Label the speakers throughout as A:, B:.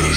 A: As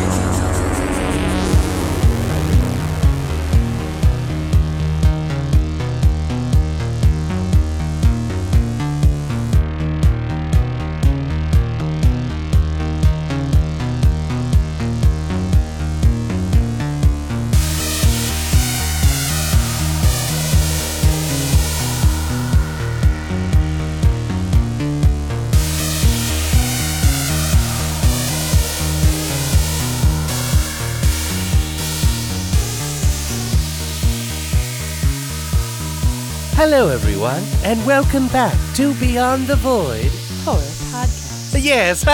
A: the void.
B: Hello, everyone, and welcome back to Beyond the Void.
C: Horror podcast.
B: Yes.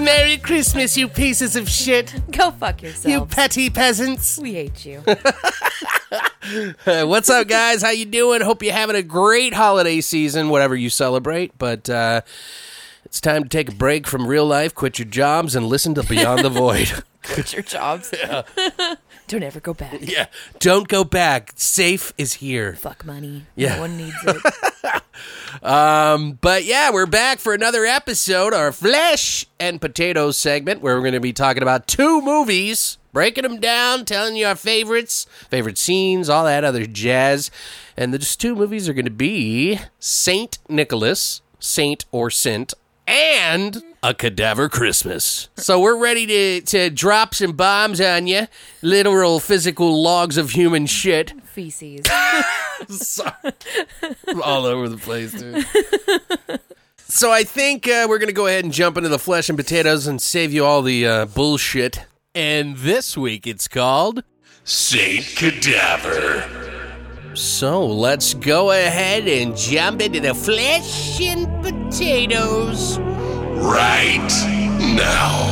B: Merry Christmas, you pieces of shit,
C: Go fuck
B: you
C: yourself.
B: petty peasants.
C: we hate you.
B: Uh, what's up, guys? How you doing? Hope you're having a great holiday season, whatever you celebrate. But uh, it's time to take a break from real life, quit your jobs, and listen to Beyond the Void.
C: Quit your jobs. Don't ever go back.
B: Yeah, don't go back. Safe is here.
C: Fuck money.
B: Yeah.
C: No one needs it.
B: But yeah, we're back for another episode, our flesh and potatoes segment, where we're going to be talking about two movies, breaking them down, telling you our favorites, favorite scenes, all that other jazz. And those two movies are going to be Saint Nicholas, Saint or Sint, and A Cadaver Christmas. So we're ready to, to drop some bombs on you, literal physical logs of human shit.
C: Feces.
B: Sorry. All over the place, dude. So I think uh, we're going to go ahead and jump into the flesh and potatoes and save you all the uh, bullshit. And this week it's called.
A: Saint Cadaver.
B: So let's go ahead and jump into the flesh and potatoes.
A: right now.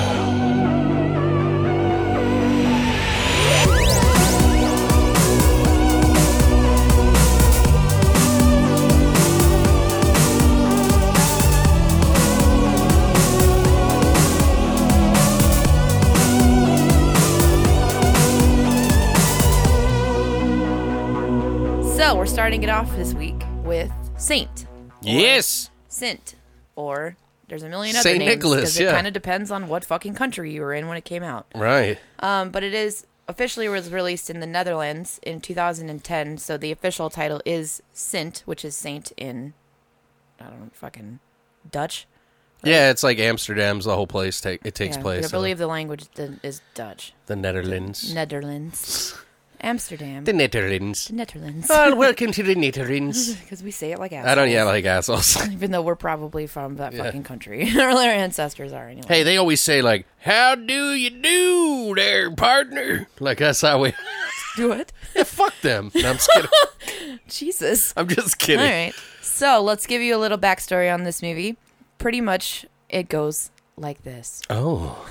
C: so we're starting it off this week with Saint.
B: Yes.
C: Sint. Or there's a million other
B: Saint
C: names.
B: Nicholas,
C: 'cause
B: yeah.
C: It kind of depends on what fucking country you were in when it came out.
B: Right.
C: Um, but it is officially was released in the Netherlands in 2010. So the official title is Sint, which is Saint in, I don't know, fucking Dutch.
B: Yeah, it's like Amsterdam's the whole place take it takes
C: Yeah,
B: place.
C: But I believe Mm. the language th- is Dutch.
B: the Netherlands.
C: Netherlands. Amsterdam.
B: the Netherlands.
C: Netherlands.
B: well, welcome to the Netherlands.
C: Because we say it like assholes.
B: I don't yeah like assholes.
C: Even though we're probably from that fucking country. or their ancestors are, anyway.
B: Hey, they always say like, "How do you do, there, partner?" Like that's how we.
C: Do it.
B: Yeah, fuck them. No, I'm just kidding.
C: Jesus.
B: I'm just
C: All
B: kidding.
C: right. So let's give you a little backstory on this movie. Pretty much it goes like this.
B: Oh,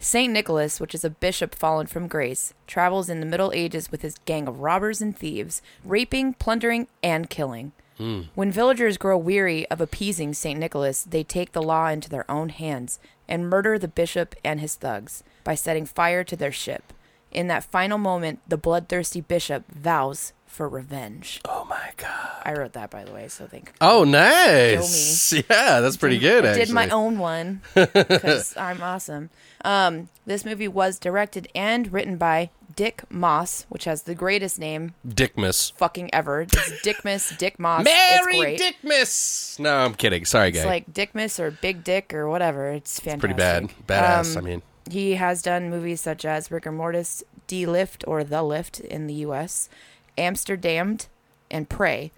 C: St. Nicholas, which is a bishop fallen from grace, travels in the Middle Ages with his gang of robbers and thieves, raping, plundering, and killing. When villagers grow weary of appeasing St. Nicholas, they take the law into their own hands and murder the bishop and his thugs by setting fire to their ship. In that final moment, the bloodthirsty bishop vows for revenge.
B: oh my god.
C: I wrote that, by the way, so thank
B: Oh, nice. Yeah, that's pretty good.
C: I
B: actually,
C: did my own one because I'm awesome. Um, this movie was directed and written by Dick Moss, which has the greatest name
B: Dickmas.
C: fucking ever. It's Dickmas, Dick Moss. it's
B: Merry
C: great.
B: Dickmas. No, I'm kidding. Sorry, guys.
C: It's like Dickmas or Big Dick or whatever. It's fantastic.
B: pretty bad. Badass.
C: Um,
B: I mean,
C: He has done movies such as Rigor Mortis, D Lift or The Lift in the U.S., Amsterdammed, and Prey.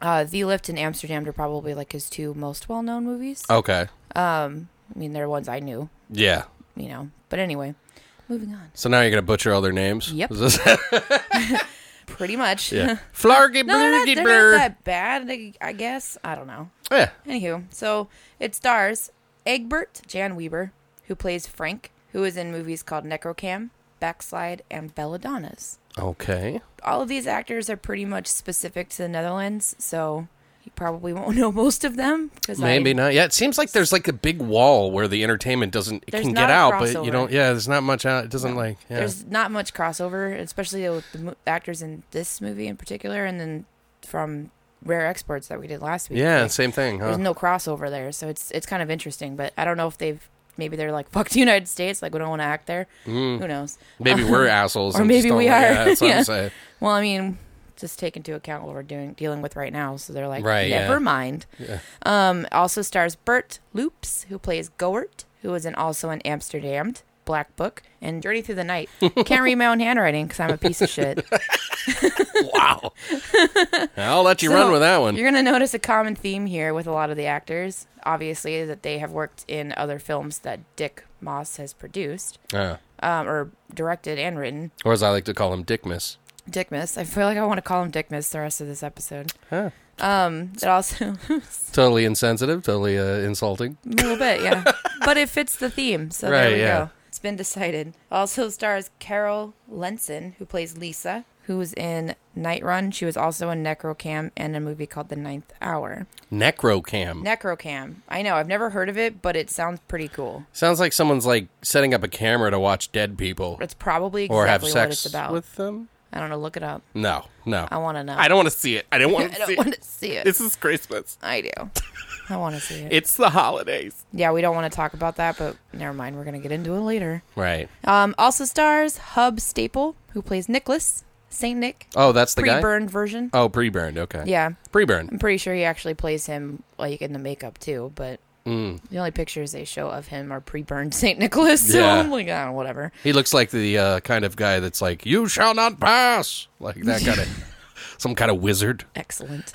C: Uh, the Lift and Amsterdammed are probably like his two most well-known movies.
B: okay.
C: I mean, they're ones I knew.
B: Yeah.
C: you know. But anyway, moving on.
B: So now you're gonna butcher all their names.
C: Yep.
B: Is this-
C: Pretty much.
B: yeah. Flargy
C: no, they're not,
B: blurgy
C: they're
B: blur.
C: not that bad, I- I guess. I don't know.
B: Yeah.
C: Anywho, so it stars Egbert Jan Weber, who plays Frank, who is in movies called Necrocam, Backslide, and Belladonna's.
B: Okay.
C: All of these actors are pretty much specific to the Netherlands, so you probably won't know most of them. 'cause I-
B: Maybe not. Yeah, it seems like there's like a big wall where the entertainment doesn't it
C: There's
B: can
C: not
B: get
C: a
B: out, but you
C: crossover.
B: don't. Yeah, there's not much out. It doesn't like. Yeah.
C: There's not much crossover, especially with the mo- actors in this movie in particular, and then from Rare Exports that we did last week.
B: yeah,
C: Like,
B: same thing, huh?
C: there's no crossover there, so it's it's kind of interesting. But I don't know if they've maybe they're like fuck the United States, like we don't want to act there.
B: Mm.
C: Who knows?
B: maybe we're assholes,
C: or
B: and just
C: maybe
B: don't-
C: we
B: yeah,
C: are.
B: that's what
C: Yeah.
B: I'm saying.
C: Well, I mean, just take into account what we're doing dealing with right now. So they're like,
B: Right, yeah.
C: never mind. Um, also stars Bert Loops, who plays Goert, who is in also in Amsterdam, Black Book, and Journey Through the Night. Can't read my own handwriting because I'm a piece of shit.
B: Wow. I'll let you run
C: So,
B: with that one.
C: You're going to notice a common theme here with a lot of the actors. Obviously, that they have worked in other films that Dick Moss has produced,
B: Yeah.
C: um, or directed and written.
B: Or as I like to call him, Dickmas.
C: Dickmas. I feel like I want to call him Dickmas the rest of this episode.
B: Huh.
C: Um, it also
B: Totally insensitive, totally uh, insulting.
C: A little bit, yeah. but it fits the theme, so
B: Right,
C: there we
B: yeah.
C: go. It's been decided. Also stars Carol Lenson, who plays Lisa, who was in Night Run. She was also in Necrocam and a movie called The Ninth Hour.
B: Necrocam.
C: Necrocam. I know, I've never heard of it, but it sounds pretty cool.
B: Sounds like someone's like setting up a camera to watch dead people
C: It's probably
B: or
C: exactly
B: have
C: what
B: sex
C: it's about.
B: with them.
C: I don't know, look it up.
B: No, no.
C: I wanna know.
B: I don't want to see it. I don't want
C: I
B: to see
C: don't
B: it.
C: want to see it.
B: This is Christmas.
C: I do. I want to see it.
B: It's the holidays.
C: Yeah, we don't want to talk about that, but never mind. We're going to get into it later.
B: Right.
C: Um, also stars Hub Staple, who plays Nicholas, St. Nick,
B: Oh, that's the guy.
C: pre-burned version.
B: Oh, pre-burned. Okay.
C: Yeah,
B: Pre-burned.
C: I'm pretty sure he actually plays him like in the makeup too, but
B: Mm.
C: the only pictures they show of him are pre-burned Saint Nicholas. So
B: Yeah.
C: I'm like, oh, whatever.
B: He looks like the uh, kind of guy that's like, "You shall not pass," like that kind of some kind of wizard.
C: Excellent.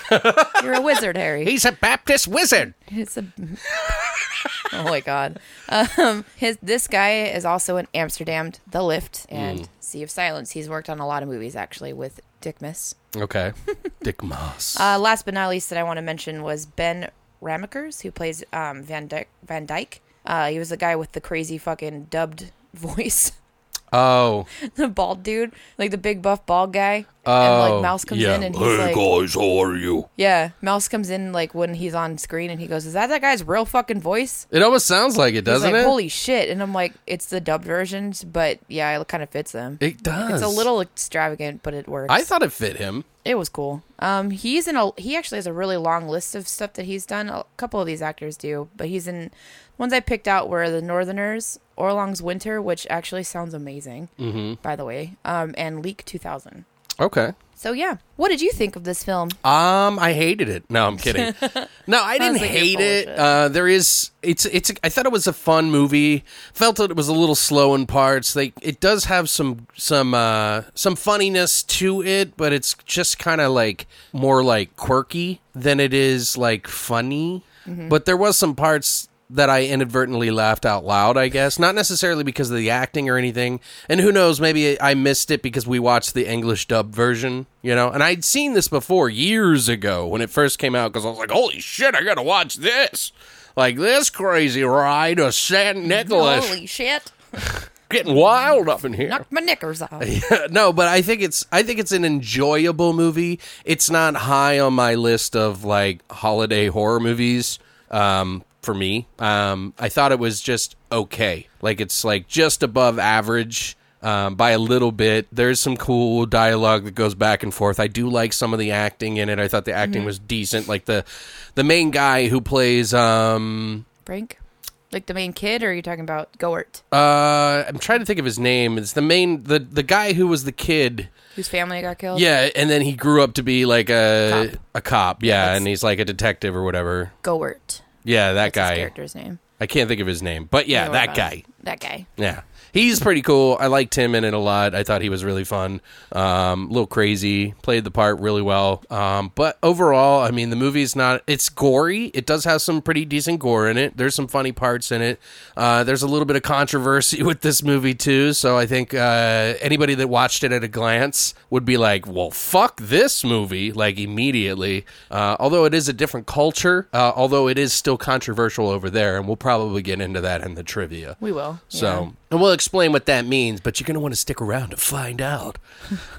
C: You're a wizard, Harry.
B: He's a Baptist wizard.
C: It's a. oh my god. Um, his this guy is also in Amsterdam, The Lift, and
B: Mm.
C: Sea of Silence. He's worked on a lot of movies actually with Dickmas.
B: Okay. Dick Moss.
C: Uh, last but not least that I want to mention was Ben Ramekers, who plays um, Van Dyke. Van Dyke. Uh, he was the guy with the crazy fucking dubbed voice,
B: oh,
C: the bald dude, like the big buff bald guy. and
B: Oh,
C: like Mouse comes
B: yeah.
C: in and he's like,
A: guys, how are you?
C: yeah, Mouse comes in like when he's on screen and he goes, "Is that that guy's real fucking voice?"
B: it almost sounds like it,
C: He's
B: doesn't
C: like,
B: it?
C: "Holy shit!" And I'm like, "It's the dubbed versions, but yeah, it kind of fits them.
B: it does.
C: It's a little extravagant, but it works."
B: I thought it fit him.
C: it was cool. Um, he's in a he actually has a really long list of stuff that he's done. A couple of these actors do, but he's in ones I picked out were the Northerners, Orlong's Winter, which actually sounds amazing, mm-hmm. by the way, um, and Leak 2000.
B: Okay.
C: So yeah, what did you think of this film?
B: Um, I hated it. No, I'm kidding. no, I didn't
C: Sounds like you're
B: hate
C: full of
B: it.
C: shit.
B: Uh, there is, it's, it's. I thought it was a fun movie. Felt that it was a little slow in parts. They, it does have some, some, uh, some funniness to it, but it's just kind of like more like quirky than it is like funny.
C: Mm-hmm.
B: But there was some parts that I inadvertently laughed out loud, I guess. Not necessarily because of the acting or anything. And who knows, maybe I missed it because we watched the English dub version, you know? And I'd seen this before years ago when it first came out because I was like, holy shit, I gotta watch this. Like this crazy ride of San Nicholas
C: Holy shit!
B: getting wild up in here.
C: Knocked my knickers off.
B: no, but I think it's I think it's an enjoyable movie. It's not high on my list of like holiday horror movies um, for me. Um, I thought it was just okay. Like it's like just above average. Um, by a little bit. There's some cool dialogue that goes back and forth. I do like some of the acting in it. I thought the acting was decent. Like the the main guy who plays um,
C: Frank, like the main kid, or are you talking about Goert,
B: uh, I'm trying to think of his name. It's the main the the guy who was the kid
C: whose family got killed?
B: Yeah, and then he grew up to be like a
C: Cop.
B: a cop. Yeah,
C: That's-
B: and he's like a detective or whatever.
C: Goert.
B: Yeah, that
C: That's
B: guy.
C: his character's name.
B: I can't think of his name, but yeah,
C: Don't worry
B: that
C: about
B: guy.
C: it. That guy.
B: Yeah. He's pretty cool. I liked him in it a lot. I thought he was really fun. Um, a little crazy. Played the part really well. Um, but overall, I mean, the movie's not. It's gory. It does have some pretty decent gore in it. There's some funny parts in it. Uh, there's a little bit of controversy with this movie, too. So I think uh, anybody that watched it at a glance would be like, well, fuck this movie, like immediately. Uh, although it is a different culture, uh, although it is still controversial over there. And we'll probably get into that in the trivia.
C: We will.
B: So,
C: yeah.
B: and we'll we'll explain what that means, but you're going to want to stick around to find out.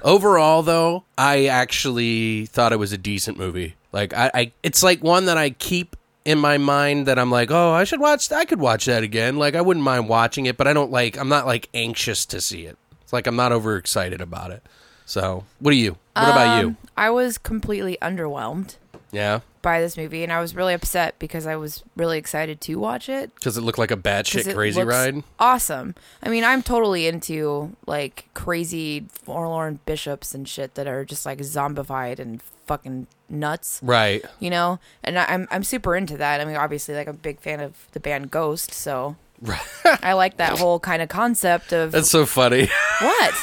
B: Overall, though, I actually thought it was a decent movie. Like, I, I, it's like one that I keep in my mind that I'm like, oh, I should watch. I could watch that again. Like, I wouldn't mind watching it, but I don't like. I'm not like anxious to see it. It's like I'm not overexcited about it. So, what do you? What about you?
C: I was completely underwhelmed
B: Yeah,
C: by this movie, and I was really upset because I was really excited to watch it.
B: because it looked like a
C: 'cause
B: batshit
C: it
B: crazy
C: looks
B: ride.
C: Awesome. I mean, I'm totally into like crazy forlorn bishops and shit that are just like zombified and fucking nuts.
B: Right.
C: You know, and I, I'm I'm super into that. I mean, obviously, like I'm a big fan of the band Ghost, so I like that whole kind of concept of
B: That's so funny.
C: what?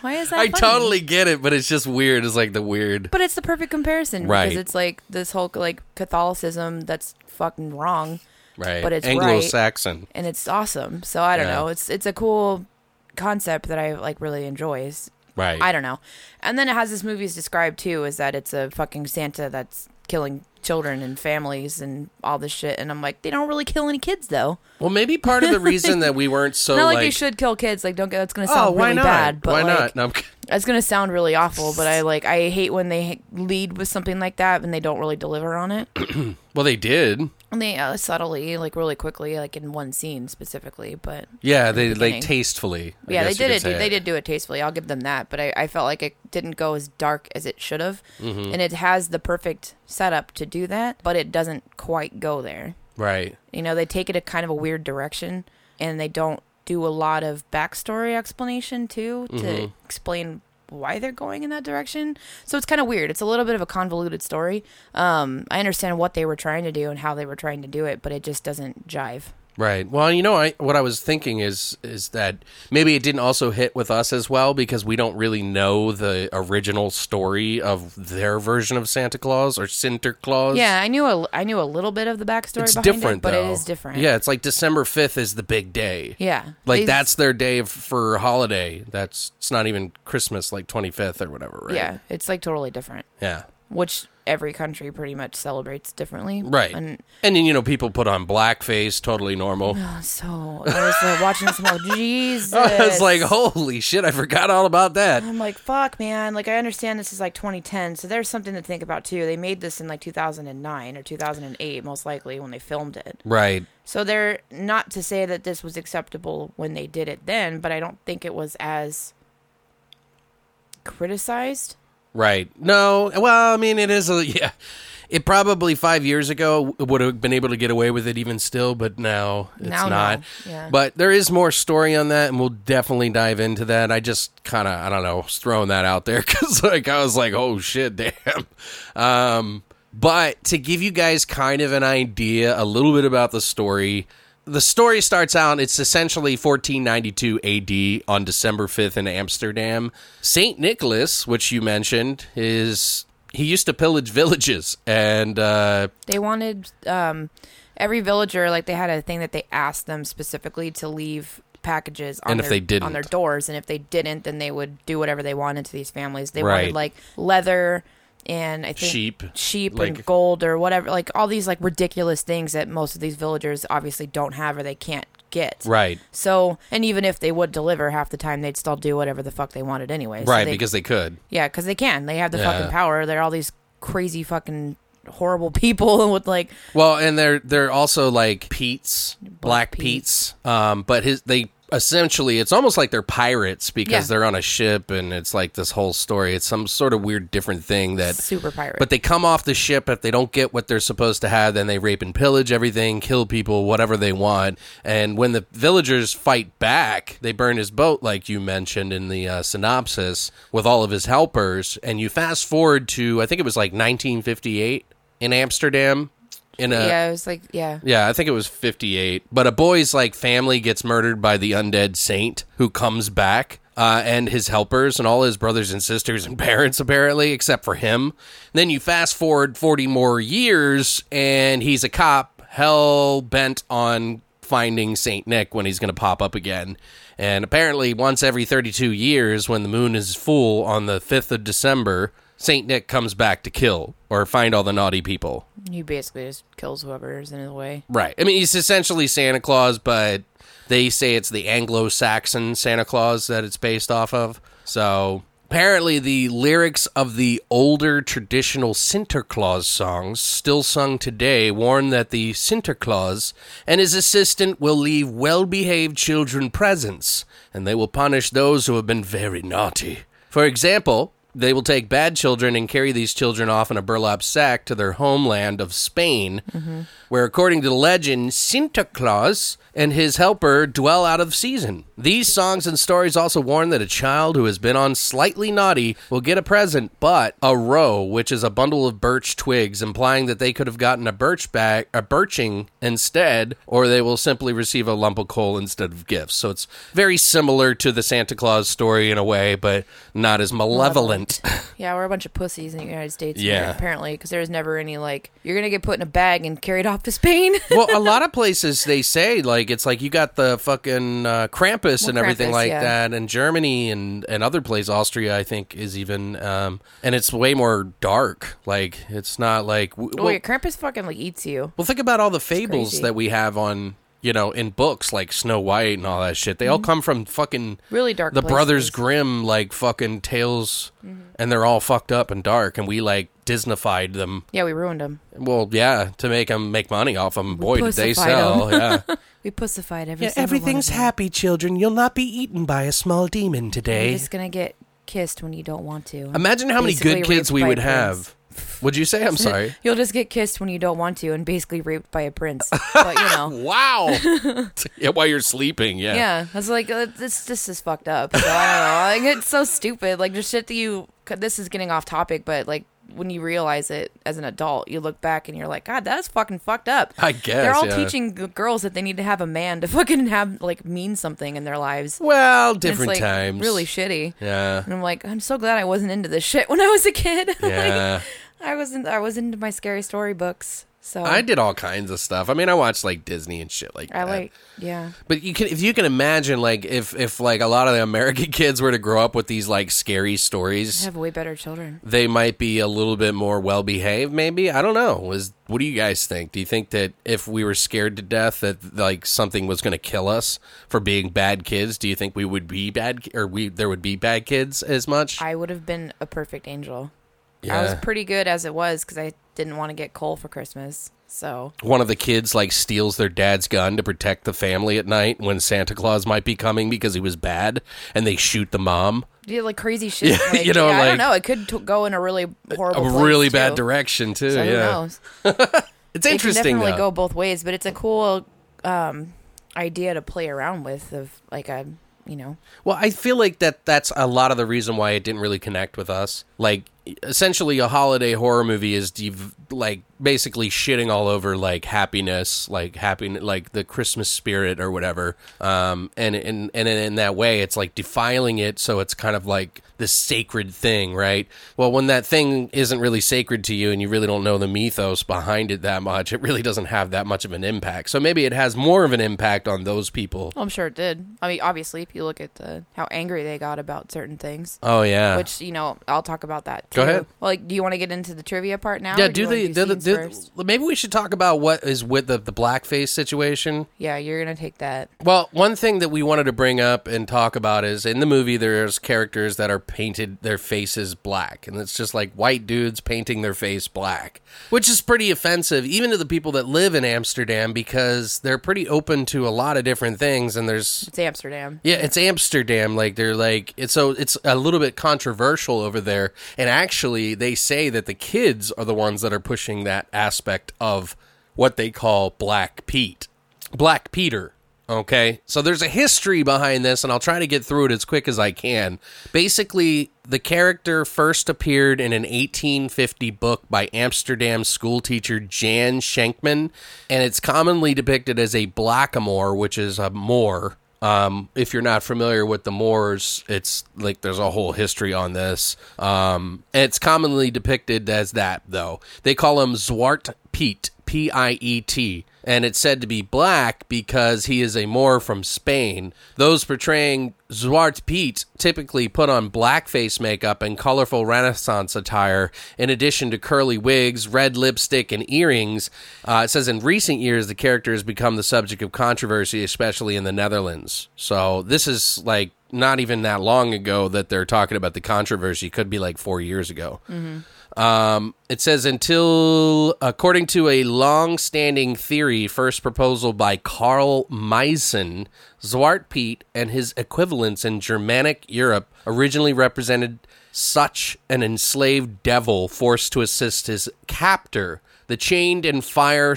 C: Why is that?
B: I
C: funny?
B: totally get it, but it's just weird. It's like the weird.
C: But it's the perfect comparison
B: Right.
C: because it's like this whole like Catholicism that's fucking wrong,
B: Right.
C: but it's right.
B: Anglo-Saxon.
C: and it's awesome. So I don't
B: Yeah.
C: know. It's it's a cool concept that I like really enjoys.
B: Right.
C: I don't know. And then it has this movie's described too is that it's a fucking Santa that's killing children and families and all this shit. And I'm like, they don't really kill any kids though.
B: Well, maybe part of the reason that we weren't so
C: Not like,
B: like,
C: they should kill kids. Like don't get that's gonna
B: Oh,
C: sound
B: why
C: really
B: not?
C: bad. But
B: why
C: like,
B: not? No, I'm kidding.
C: It's gonna sound really awful, but I like I hate when they h- lead with something like that and they don't really deliver on it.
B: well, they did.
C: And they uh, subtly, like really quickly, like in one scene specifically. But
B: Yeah, they like
C: beginning.
B: tastefully. I
C: yeah, they
B: guess you
C: did
B: could
C: it.
B: say
C: They did do it tastefully. I'll give them that. But I, I felt like it didn't go as dark as it should have,
B: Mm-hmm.
C: and it has the perfect setup to do that, but it doesn't quite go there.
B: Right.
C: You know, they take it a kind of a weird direction, and they don't do a lot of backstory explanation too to
B: Mm-hmm.
C: explain why they're going in that direction. So it's kind of weird. It's a little bit of a convoluted story. Um, I understand what they were trying to do and how they were trying to do it, but it just doesn't jive.
B: Right. Well, you know, I what I was thinking is is that maybe it didn't also hit with us as well because we don't really know the original story of their version of Santa Claus or Sinter Claus.
C: Yeah, I knew a, I knew a little bit of the backstory
B: It's
C: behind
B: different,
C: it, but
B: though.
C: it is different.
B: Yeah, it's like December fifth is the big day.
C: Yeah.
B: like
C: They-
B: that's their day f- for holiday. That's it's not even Christmas, like twenty fifth or whatever. Right?
C: yeah, it's like totally different,
B: yeah,
C: which every country pretty much celebrates differently.
B: right.
C: And Oh,
B: And, then you know people put on blackface, totally normal.
C: so I was like, watching this, I'm like, Jesus.
B: I was like, holy shit, I forgot all about that.
C: I'm like, fuck, man. Like, I understand this is like 2010, so there's something to think about too. They made this in like 2009 or 2008, most likely when they filmed it.
B: Right.
C: So they're not to say that this was acceptable when they did it then, but I don't think it was as criticized.
B: Right. No. Well, I mean, it is a yeah. It probably five years ago would have been able to get away with it even still, but now it's
C: Now, no.
B: not.
C: Yeah.
B: But there is more story on that, and we'll definitely dive into that. I just kind of I don't know, was throwing that out there because like I was like, oh shit, damn. Um, but to give you guys kind of an idea, a little bit about the story. The story starts out, it's essentially 1492 AD on December 5th in Amsterdam. St. Nicholas, which you mentioned, is he used to pillage villages and uh,
C: They wanted um, every villager like they had a thing that they asked them specifically to leave packages on
B: And if
C: their,
B: they didn't.
C: on their doors, and if they didn't, then they would do whatever they wanted to these families. They
B: Right.
C: wanted like leather and I think
B: Sheep.
C: sheep
B: Like-
C: and gold or whatever, like all these like ridiculous things that most of these villagers obviously don't have or they can't get.
B: right,
C: So, and even if they would deliver half the time, they'd still do whatever the fuck they wanted anyway. So
B: right,
C: they-
B: because they could.
C: yeah, because they can. They have the
B: Yeah.
C: fucking power. They're all these crazy fucking horrible people with like
B: Well, and they're they're also like Pete's Black
C: Pete.
B: Pete's. Um, but his they essentially it's almost like they're pirates because
C: Yeah.
B: they're on a ship and it's like this whole story. It's some sort of weird different thing that
C: super pirate.
B: But they come off the ship if they don't get what they're supposed to have, then they rape and pillage everything, kill people, whatever they want. And when the villagers fight back, they burn his boat, like you mentioned in the uh, synopsis, with all of his helpers. And you fast forward to I think it was like 1958 in Amsterdam. In a
C: yeah, it was like yeah.
B: yeah, I think it was 58. But a boy's like family gets murdered by the undead saint who comes back. Uh, and his helpers and all his brothers and sisters and parents apparently except for him then you fast forward 40 more years and he's a cop hell bent on finding saint nick when he's going to pop up again and apparently once every 32 years when the moon is full on the 5th of december saint nick comes back to kill or find all the naughty people
C: He basically just kills whoever's in his way.
B: Right. I mean, he's essentially Santa Claus, but They say it's the Anglo Saxon Santa Claus that it's based off of. So apparently, the lyrics of the older traditional Sinterklaas songs, still sung today, warn that the Sinterklaas and his assistant will leave well behaved children presents, and they will punish those who have been very naughty. For example, they will take bad children and carry these children off in a burlap sack to their homeland of Spain, where, according to the legend, Santa Claus and his helper dwell out of season. These songs and stories also warn that a child who has been on slightly naughty will get a present, but a roe, which is a bundle of birch twigs, implying that they could have gotten a birch bag, a birching instead, or they will simply receive a lump of coal instead of gifts. So it's very similar to the Santa Claus story in a way, but not as malevolent.
C: Yeah, we're a bunch of pussies in the United States.
B: Yeah.
C: Yeah, apparently, because there's never any like you're gonna get put in a bag and carried off to Spain.
B: well, a lot of places they say like it's like you got the fucking uh, Krampus and everything
C: Krampus,
B: like
C: yeah.
B: that, and Germany and and other places. Austria, I think, is even, um, and it's way more dark. Like it's not like w-
C: Oh,
B: well,
C: your Krampus fucking like eats you.
B: well, think about all the fables
C: crazy.
B: that we have on you know in books like Snow White and all that shit. They all come from fucking
C: Really Mm-hmm. dark
B: the Brothers
C: places. Mm-hmm.
B: Grimm like fucking tales, and they're all fucked up and dark, and we like Disneyfied them.
C: Yeah, we ruined them.
B: Well, yeah, to make them make money off them. Boy, did they
C: pussified
B: sell. Yeah.
C: We pussified every.
B: Yeah,
C: single
B: everything's
C: one of them.
B: happy, children. You'll not be eaten by a small demon
C: You're
B: today.
C: just gonna get kissed when you don't want to.
B: Imagine how many
C: Basically
B: good kids
C: raped
B: we
C: by
B: would
C: a
B: have. Would you say? I'm sorry.
C: You'll just get kissed when you don't want to, and basically raped by a prince. But you know,
B: Wow. yeah, while you're sleeping, yeah.
C: yeah, that's like uh, this. This is fucked up. So I don't know. Like, it's so stupid. Like the shit that you. This is getting off topic, but like when you realize it as an adult, you look back and you're like, God, that's fucking fucked up.
B: I guess,
C: they're all
B: yeah.
C: teaching g- girls that they need to have a man to fucking have like mean something in their lives.
B: Well,
C: And
B: different
C: it's, like,
B: times.
C: Really shitty.
B: Yeah.
C: And I'm like, I'm so glad I wasn't into this shit when I was a kid. like,
B: Yeah.
C: I wasn't. I was into my scary story books. So
B: I did all kinds of stuff. I mean, I watched like Disney and shit like
C: I
B: that.
C: like, yeah.
B: But you can, if you can imagine, like if if like a lot of the American kids were to grow up with these like scary
C: I
B: stories,
C: have way better children.
B: they might be a little bit more well behaved maybe i don't know is what do you guys think do you think that if we were scared to death that like something was going to kill us for being bad kids do you think we would be bad ki- or we there would be bad kids as much
C: I would have been a perfect angel. I was
B: Yeah.
C: pretty good as it was because I didn't want to get coal for Christmas. So
B: one of the kids like steals their dad's gun to protect the family at night when santa claus might be coming because he was bad and they shoot the mom
C: yeah, like crazy shit.
B: Yeah,
C: like,
B: you know,
C: yeah, I
B: like-
C: don't know. It could t- go in a really horrible,
B: a
C: place,
B: really
C: too.
B: bad direction too
C: So who
B: yeah
C: knows?
B: it's
C: It can
B: interesting
C: definitely
B: though
C: go both ways, but it's a cool um, idea to play around with. Of like a you know,
B: Well, I feel like that that's a lot of the reason why it didn't really connect with us. Like essentially a holiday horror movie is dev- like basically shitting all over like happiness, like happy like the Christmas spirit or whatever. Um and and and in that way it's like defiling it so it's kind of like the sacred thing, right? Well, when that thing isn't really sacred to you and you really don't know the mythos behind it that much, it really doesn't have that much of an impact. So maybe it has more of an impact on those people.
C: well, I'm sure it did. I mean, obviously, if you look at the how angry they got about certain things.
B: Oh yeah.
C: which you know, I'll talk about that. Too.
B: Go ahead.
C: Well, like, do you want to get into the trivia part now?
B: Yeah,
C: or
B: do
C: you wanna
B: the, the, the,
C: scenes
B: the-
C: first?
B: maybe we should talk about what is with the, the blackface situation.
C: Yeah, you're gonna take that.
B: Well, one thing that we wanted to bring up and talk about is in the movie there's characters that are painted their faces black and it's just like white dudes painting their face black, which is pretty offensive even to the people that live in Amsterdam because they're pretty open to a lot of different things and there's
C: It's Amsterdam.
B: yeah, it's Amsterdam. Like they're like it's so it's a little bit controversial over there. And actually, they say that the kids are the ones that are pushing that aspect of what they call Black Pete, Black Peter. Okay, so there's a history behind this, and I'll try to get through it as quick as I can. Basically, the character first appeared in an 1850 book by Amsterdam schoolteacher Jan Schenkman, and it's commonly depicted as a blackamoor, which is a moor. Um, if you're not familiar with the Moors, it's like there's a whole history on this. Um, and it's commonly depicted as that, though. They call him Zwart Piet, P I E T, and it's said to be black because he is a Moor from Spain. Those portraying Zwart Pete typically put on blackface makeup and colorful Renaissance attire, in addition to curly wigs, red lipstick, and earrings. Uh, it says in recent years, the character has become the subject of controversy, especially in the Netherlands. So this is like not even that long ago that they're talking about the controversy. Could be like four years ago. Um, it says until, according to a long-standing theory, first proposal by Carl Meissen, Zwart Pete and his equivalents in Germanic Europe originally represented such an enslaved devil forced to assist his captor. The chained and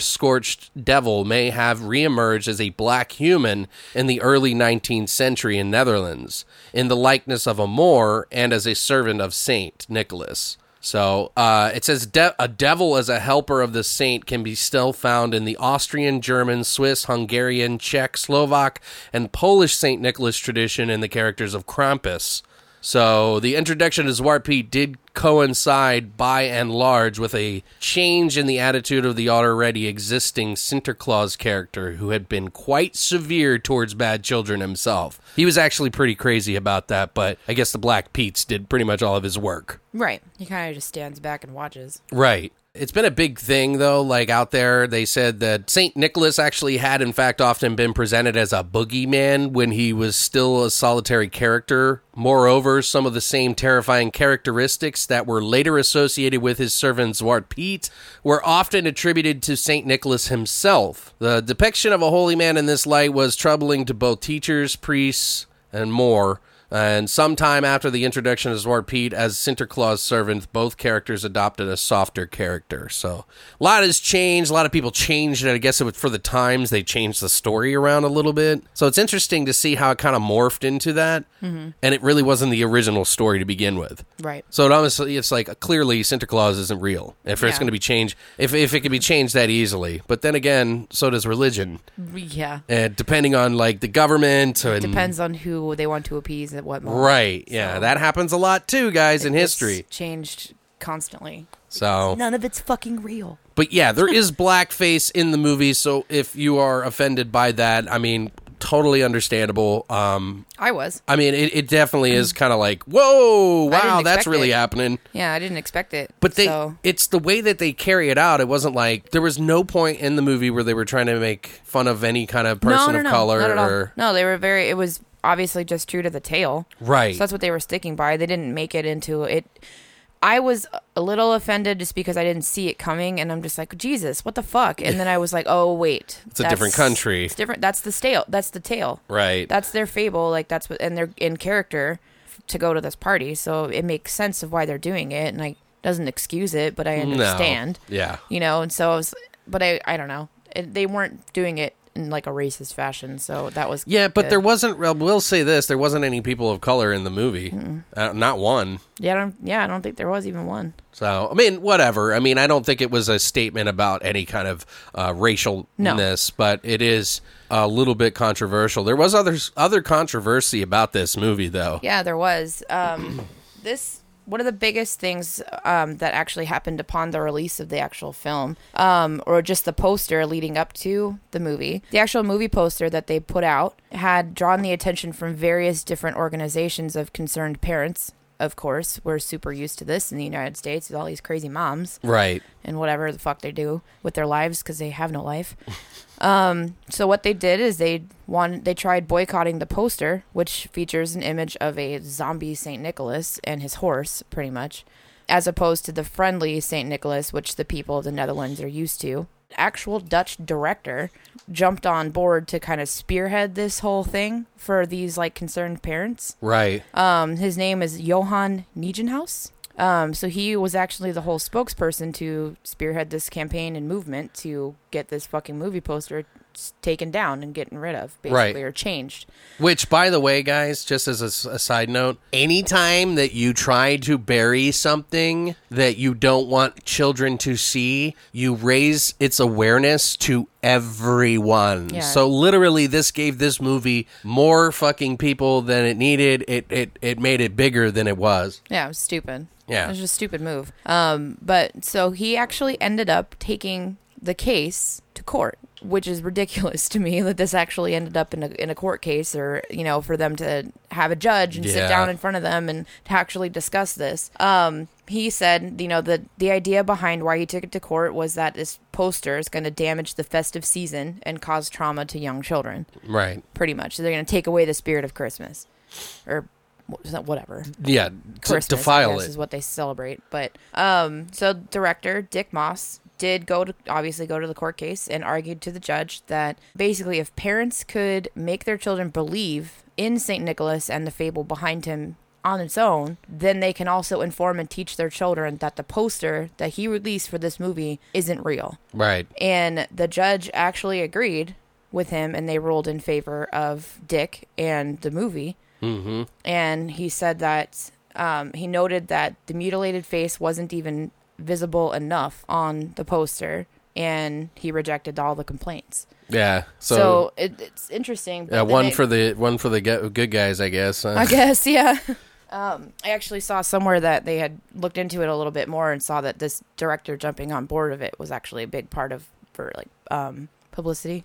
B: fire-scorched devil may have reemerged as a black human in the early 19th century in Netherlands, in the likeness of a Moor and as a servant of Saint Nicholas. So uh, it says de- a devil as a helper of the saint can be still found in the Austrian, German, Swiss, Hungarian, Czech, Slovak, and Polish Saint Nicholas tradition in the characters of Krampus. So the introduction to Zwart Pete did coincide by and large with a change in the attitude of the already existing Sinterklaas character who had been quite severe towards bad children himself. He was actually pretty crazy about that, but I guess the Black Pete's did pretty much all of his work.
C: Right. He kind of just stands back and watches.
B: Right. It's been a big thing, though. Like out there, they said that St. Nicholas actually had, in fact, often been presented as a boogeyman when he was still a solitary character. Moreover, some of the same terrifying characteristics that were later associated with his servant Zwart Pete were often attributed to St. Nicholas himself. The depiction of a holy man in this light was troubling to both teachers, priests, and more. And sometime after the introduction of Zwart Pete as Sinterklaas' servant, both characters adopted a softer character. So a lot has changed. A lot of people changed it. I guess it was for the times they changed the story around a little bit. So it's interesting to see how it kind of morphed into that. And it really wasn't the original story to begin with.
C: Right.
B: So it honestly, it's like clearly Santa Claus isn't real. If it's
C: Yeah.
B: going to be changed, if if it can be changed that easily, but then again, so does religion.
C: Yeah.
B: And depending on like the government and
C: Depends on who they want to appease at what moment.
B: Hmm. Right. Yeah, that happens a lot too, guys, in
C: It's
B: history.
C: changed constantly.
B: So,
C: None of it's fucking real.
B: but yeah, there is blackface in the movie, so if you are offended by that, I mean, totally understandable. Um,
C: I was.
B: I mean, it, it definitely is kind of like, whoa,
C: Mm. didn't
B: wow, that's
C: expect
B: really
C: it.
B: happening.
C: Yeah, I didn't expect it.
B: But they,
C: So,
B: it's the way that they carry it out. It wasn't like there was no point in the movie where they were trying to make fun of any kind of person
C: no, no,
B: of
C: no,
B: color
C: Not at all.
B: or
C: No, they were very. It was obviously just true to the tale.
B: right.
C: So that's what they were sticking by. They didn't make it into it. I was a little offended just because I didn't see it coming, and I'm just like, Jesus, what the fuck? And then I was like, Oh wait, it's
B: a different country.
C: It's different. That's the tale. That's the tale.
B: right.
C: That's their fable. Like that's what, and they're in character to go to this party, so it makes sense of why they're doing it, and like doesn't excuse it, but I understand.
B: Yeah.
C: You know, and so I was, but I, I don't know. It, they weren't doing it in like a racist fashion, so that was
B: Yeah, but
C: good.
B: there wasn't. I will say this: there wasn't any people of color in the movie, uh, not one.
C: yeah, I don't, yeah, I don't think there was even one.
B: So I mean, whatever. I mean, I don't think it was a statement about any kind of uh, racialness, but it is a little bit controversial. There was other other controversy about this movie, though.
C: Yeah, there was. Um, this one of the biggest things um, that actually happened upon the release of the actual film, um, or just the poster leading up to the movie. The actual movie poster that they put out had drawn the attention from various different organizations of concerned parents. Of course, we're super used to this in the United States with all these crazy moms
B: Right.
C: and whatever the fuck they do with their lives because they have no life. um, so what they did is they won. They tried boycotting the poster, which features an image of a zombie Saint Nicholas and his horse, pretty much, as opposed to the friendly Saint Nicholas, which the people of the Netherlands are used to. Actual Dutch director jumped on board to kind of spearhead this whole thing for these like concerned parents.
B: Right.
C: Um, his name is Johan Niegenhaus. Um, so he was actually the whole spokesperson to spearhead this campaign and movement to get this fucking movie poster s- taken down and getting rid of, basically,
B: Right.
C: or changed.
B: Which, by the way, guys, just as a s- a, side note, anytime that you try to bury something that you don't want children to see, you raise its awareness to everyone.
C: Yeah.
B: So, literally, this gave this movie more fucking people than it needed. It, it, it made it bigger than it was.
C: Yeah, it was stupid.
B: Yeah.
C: It was just a stupid move. Um, but so he actually ended up taking the case to court, which is ridiculous to me that this actually ended up in a, in a court case or, you know, for them to have a judge and
B: Yeah.
C: sit down in front of them and to actually discuss this. Um, he said, you know, the, the idea behind why he took it to court was that this poster is going to damage the festive season and cause trauma to young children,
B: Right.
C: pretty much. So they're going to take away the spirit of Christmas or wh- whatever
B: Yeah. To
C: Christmas, I
B: defile
C: guess,
B: it.
C: is what they celebrate. But um, so director Dick Moss did go to obviously go to the court case and argued to the judge that basically if parents could make their children believe in Saint Nicholas and the fable behind him on its own, then they can also inform and teach their children that the poster that he released for this movie isn't real.
B: Right.
C: And the judge actually agreed with him and they ruled in favor of Dick and the movie. Mm-hmm. And he said that um, he noted that the mutilated face wasn't even visible enough on the poster and he rejected all the complaints.
B: Yeah. So,
C: So, it, it's interesting. but
B: yeah,
C: then
B: one
C: it-
B: for the one for the gu- good guys, I guess. huh?
C: I guess, yeah. Um, I actually saw somewhere that they had looked into it a little bit more and saw that this director jumping on board of it was actually a big part of for like um, publicity.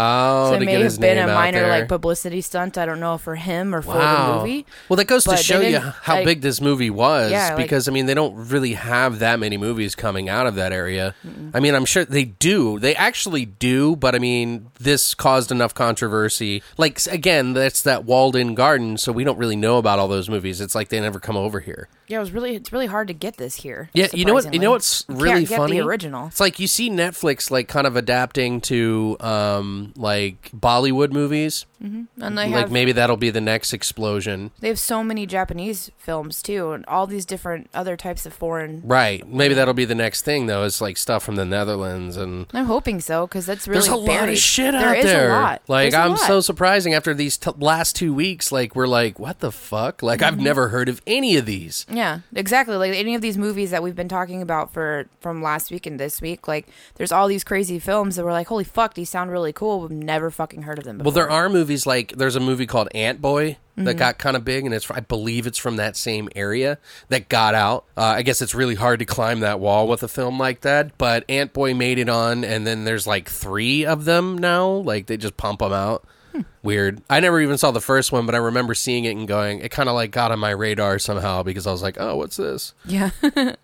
B: Oh, to
C: So
B: get
C: it may
B: his
C: have been
B: name
C: a
B: out
C: minor
B: there.
C: like publicity stunt. I don't know for him or for the movie.
B: Well, that goes to
C: But they
B: show you
C: didn't,
B: how
C: like-
B: big this movie was
C: Yeah, like-
B: because, I mean, they don't really have that many movies coming out of that area. I mean, I'm sure they do. They actually do, but I mean, this caused enough controversy. Like, s- again, that's that walled in garden, so we don't really know about all those movies. It's like they never come over here.
C: Yeah, it was really it's really hard to get this here.
B: Yeah, you know what? You know what's
C: surprisingly. You
B: really
C: can't get
B: funny?
C: The original.
B: It's like you see Netflix like kind of adapting to um like Bollywood movies.
C: And they
B: Like
C: have
B: maybe that'll be the next explosion.
C: they have so many Japanese films too, and all these different other types of foreign.
B: Right. Maybe that'll be the next thing though. Is like stuff from the Netherlands and
C: I'm hoping so because that's really
B: there's a lot of
C: buried.
B: shit
C: There
B: out
C: is
B: there.
C: A lot.
B: Like
C: There's a
B: I'm
C: lot.
B: so surprising after these t- last two weeks. Like we're like, what the fuck? Like
C: Mm-hmm.
B: I've never heard of any of these.
C: Yeah, exactly. Like any of these movies that we've been talking about for from last week and this week, like there's all these crazy films that we're like, holy fuck, these sound really cool. We've never fucking heard of them.
B: Well,
C: Before.
B: there are movies like there's a movie called Ant Boy that got kind of big, and it's I believe it's from that same area that got out. Uh, I guess it's really hard to climb that wall with a film like that, but Ant Boy made it on, and then there's like three of them now. Like they just pump them out. Weird. I never even saw the first one, but I remember seeing it and going, it kind of like got on my radar somehow because I was like, oh, what's this?
C: yeah.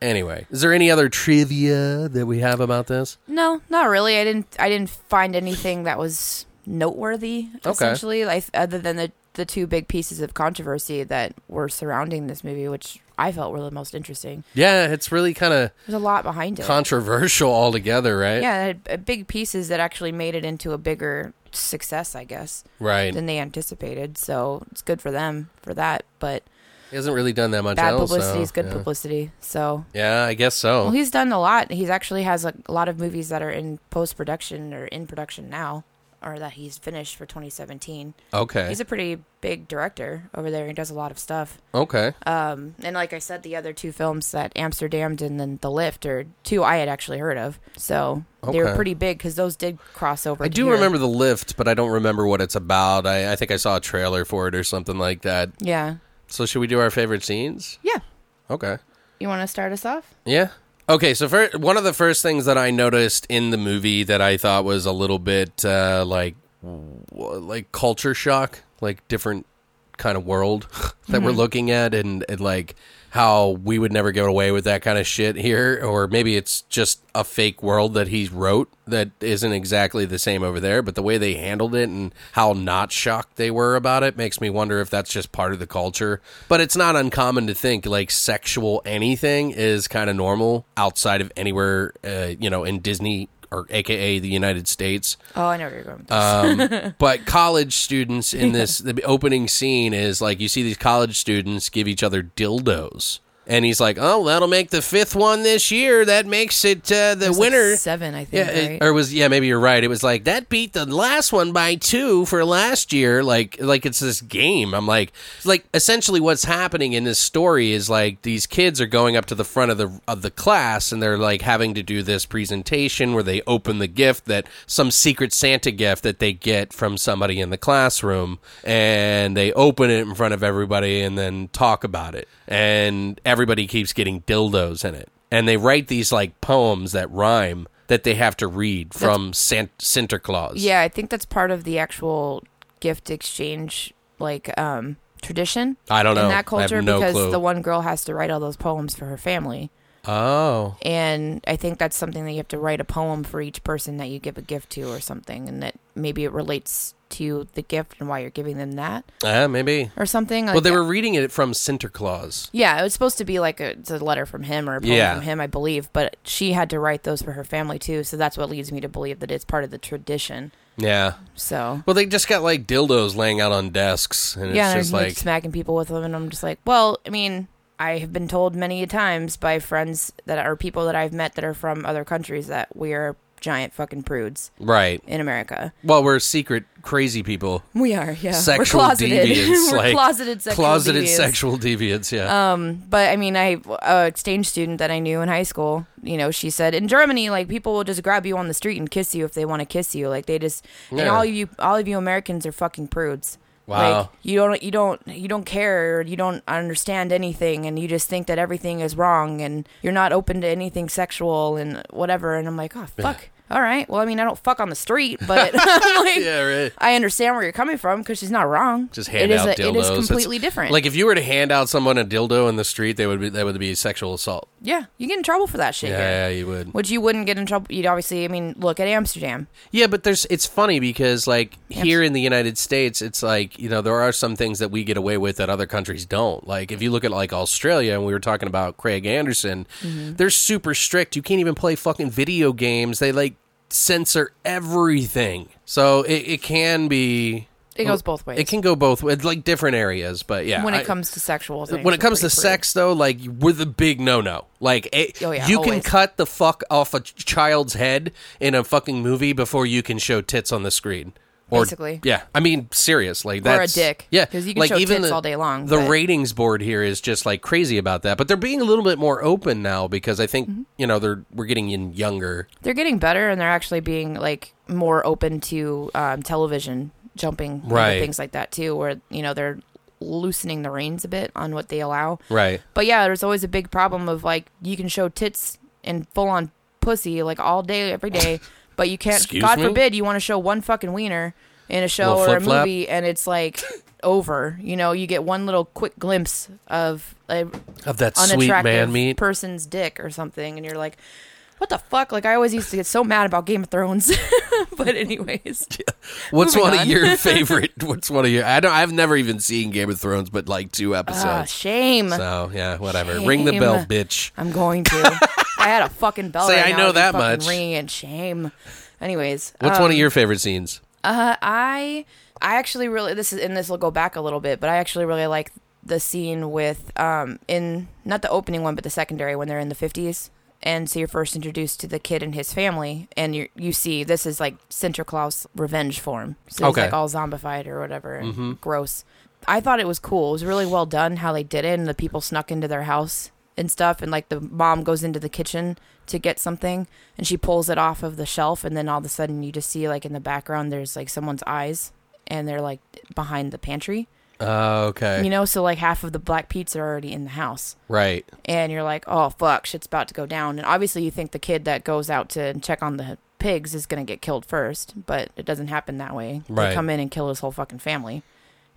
B: Anyway, is there any other trivia that we have about this?
C: No, not really. I didn't. I didn't find anything that was noteworthy.
B: Okay.
C: Essentially, like other than the the two big pieces of controversy that were surrounding this movie, which I felt were the most interesting.
B: Yeah, it's really kind of
C: There's a lot behind it.
B: controversial altogether, right?
C: yeah, it had, uh, big pieces that actually made it into a bigger success, I guess,
B: Right.
C: than they anticipated. So it's good for them for that. But
B: He hasn't really done that much
C: bad
B: else.
C: publicity
B: so,
C: is good
B: yeah.
C: publicity. So
B: Yeah, I guess so.
C: well, he's done a lot. He's actually has a lot of movies that are in post production or in production now, or that he's finished for 2017.
B: okay.
C: He's a pretty big director over there. He does a lot of stuff.
B: okay.
C: Um, and like I said, the other two films that Amsterdam did and then The Lift are two I had actually heard of. So they were
B: Okay.
C: pretty big because those did cross over.
B: I do remember the lift, but I don't remember what it's about. I, I think I saw a trailer for it or something like that.
C: Yeah.
B: So should we do our favorite scenes?
C: Yeah.
B: Okay.
C: You want to start us off?
B: Yeah. Okay, so fir- one of the first things that I noticed in the movie that I thought was a little bit uh, like w- like culture shock, like different kind of world that we're looking at, and, and like how we would never get away with that kind of shit here, or maybe it's just a fake world that he wrote that isn't exactly the same over there. But the way they handled it and how not shocked they were about it makes me wonder if that's just part of the culture. But it's not uncommon to think like sexual anything is kind of normal outside of anywhere, uh, you know, in Disney or AKA the United States.
C: Oh, I know where you're going. With this.
B: Um, but college students in this the opening scene is like you see these college students give each other dildos, and he's like, "Oh, that'll make the fifth one this year. That makes it uh, the
C: It's like
B: winner."
C: seven, I think.
B: yeah, it-
C: right?
B: or was yeah, maybe you're right. It was like that beat the last one by two for last year. Like like it's this game. I'm like like essentially what's happening in this story is like these kids are going up to the front of the of the class and they're like having to do this presentation where they open the gift that some secret Santa gift that they get from somebody in the classroom and they open it in front of everybody and then talk about it. And everybody keeps getting dildos in it. And they write these like poems that rhyme that they have to read from Sant- Santa Claus.
C: Yeah, I think that's part of the actual gift exchange like um tradition.
B: I don't know.
C: In that
B: I have
C: culture
B: no
C: because
B: clue.
C: the one girl has to write all those poems for her family.
B: Oh,
C: And I think that's something that you have to write a poem for each person that you give a gift to or something and that maybe it relates to the gift and why you're giving them that
B: yeah, maybe.
C: or something.
B: Well,
C: like
B: they
C: that.
B: were reading it from Santa Claus.
C: Yeah, it was supposed to be like a, it's a letter from him or a poem
B: Yeah.
C: from him, I believe. But she had to write those for her family too, so that's what leads me to believe that it's part of the tradition.
B: Yeah.
C: So
B: Well, they just got like dildos laying out on desks, and
C: yeah,
B: it's
C: and
B: just
C: I'm like,
B: like,
C: smacking people with them, and I'm just like, well, I mean, I have been told many a times by friends that are people that I've met that are from other countries that we are giant fucking prudes
B: right.
C: in America.
B: Well, we're secret crazy people.
C: We are, yeah,
B: Sexual
C: we're closeted,
B: deviants,
C: we're
B: like
C: closeted sexual
B: closeted
C: deviants. Um,
B: sexual deviants. Yeah,
C: But I mean, I a exchange student that I knew in high school. You know, she said in Germany, like people will just grab you on the street and kiss you if they want to kiss you. Like they just and
B: Yeah.
C: all of you, all of you Americans are fucking prudes.
B: Wow.
C: Like you don't, you don't, you don't care. You don't understand anything, and you just think that everything is wrong, and you're not open to anything sexual and whatever. And I'm like, oh fuck. All right. Well, I mean, I don't fuck on the street, but I'm like,
B: yeah, right.
C: I understand where you're coming from because she's not wrong.
B: Just hand
C: it is
B: out
C: a-
B: dildos.
C: It is
B: It's-
C: completely different.
B: Like if you were to hand out someone a dildo in the street, they would be that would be sexual assault.
C: yeah, you get in trouble for that shit.
B: Yeah,
C: here.
B: yeah, you would.
C: Which you wouldn't get in trouble. You'd obviously, I mean, look at Amsterdam.
B: Yeah, but there's it's funny because like here in the United States, it's like you know there are some things that we get away with that other countries don't. Like if you look at like Australia, and we were talking about Craig Anderson,
C: Mm-hmm.
B: they're super strict. You can't even play fucking video games. They like censor everything, so it, it can be.
C: It goes both ways.
B: It can go both ways, like different areas, but yeah.
C: when it
B: I-
C: comes to sexual things.
B: when it
C: we're
B: comes to
C: pretty
B: sex though like we're the big no-no like it,
C: Oh, yeah,
B: you can
C: always.
B: cut the fuck off a ch- child's head in a fucking movie before you can show tits on the screen or,
C: Basically.
B: yeah i mean serious like
C: a
B: that's
C: dick,
B: yeah
C: 'cause you can
B: like
C: show
B: even
C: tits
B: the,
C: all day long,
B: the
C: but-
B: ratings board here is just like crazy about that but they're being a little bit more open now because i
C: Mm-hmm.
B: think you know they're we're getting in younger
C: free. They're getting better, and they're actually being like more open to um, television jumping, into
B: Right.
C: Things like that too, where you know they're loosening the reins a bit on what they allow.
B: right
C: But yeah, there's always a big problem of like you can show tits and full on pussy like all day every day, but you can't.
B: Excuse
C: God
B: me?
C: forbid you want to show one fucking wiener in a show
B: Little
C: or a
B: flip-flap?
C: movie, and it's like over. You know, you get one little quick glimpse of a
B: of that sweet man
C: unattractive
B: meat
C: person's dick or something, and you're like. What the fuck? Like I always used to get so mad about Game of Thrones, but anyways,
B: what's
C: moving
B: one of
C: on.
B: your favorite what's one of your i don't i've never even seen game of thrones but like two episodes
C: ah, shame.
B: So yeah, whatever. Ring the bell,
C: Shame.
B: bitch.
C: I'm going to. If I had a fucking bell.
B: Say,
C: right
B: I
C: now,
B: know
C: it'd be
B: that
C: fucking
B: much.
C: Ringing in shame. Anyways,
B: What's
C: um,
B: one of your favorite scenes?
C: Uh, I I actually really this is and this will go back a little bit, but I actually really like the scene with um in not the opening one but the secondary when they're in the fifties. And so you're first introduced to the kid and his family, and you you see this is like Santa Claus revenge form. So
B: Okay.
C: he's like all zombified or whatever, and gross. I thought it was cool. It was really well done how they did it, and the people snuck into their house and stuff. And like the mom goes into the kitchen to get something, and she pulls it off of the shelf, and then all of a sudden you just see like in the background there's like someone's eyes, and they're like behind the pantry,
B: Oh, okay.
C: you know. So like half of the black pizza are already in the house,
B: right.
C: and you're like, oh fuck, shit's about to go down. And obviously you think the kid that goes out to check on the pigs is gonna get killed first, but it doesn't happen that way.
B: Right.
C: They come in and kill his whole fucking family.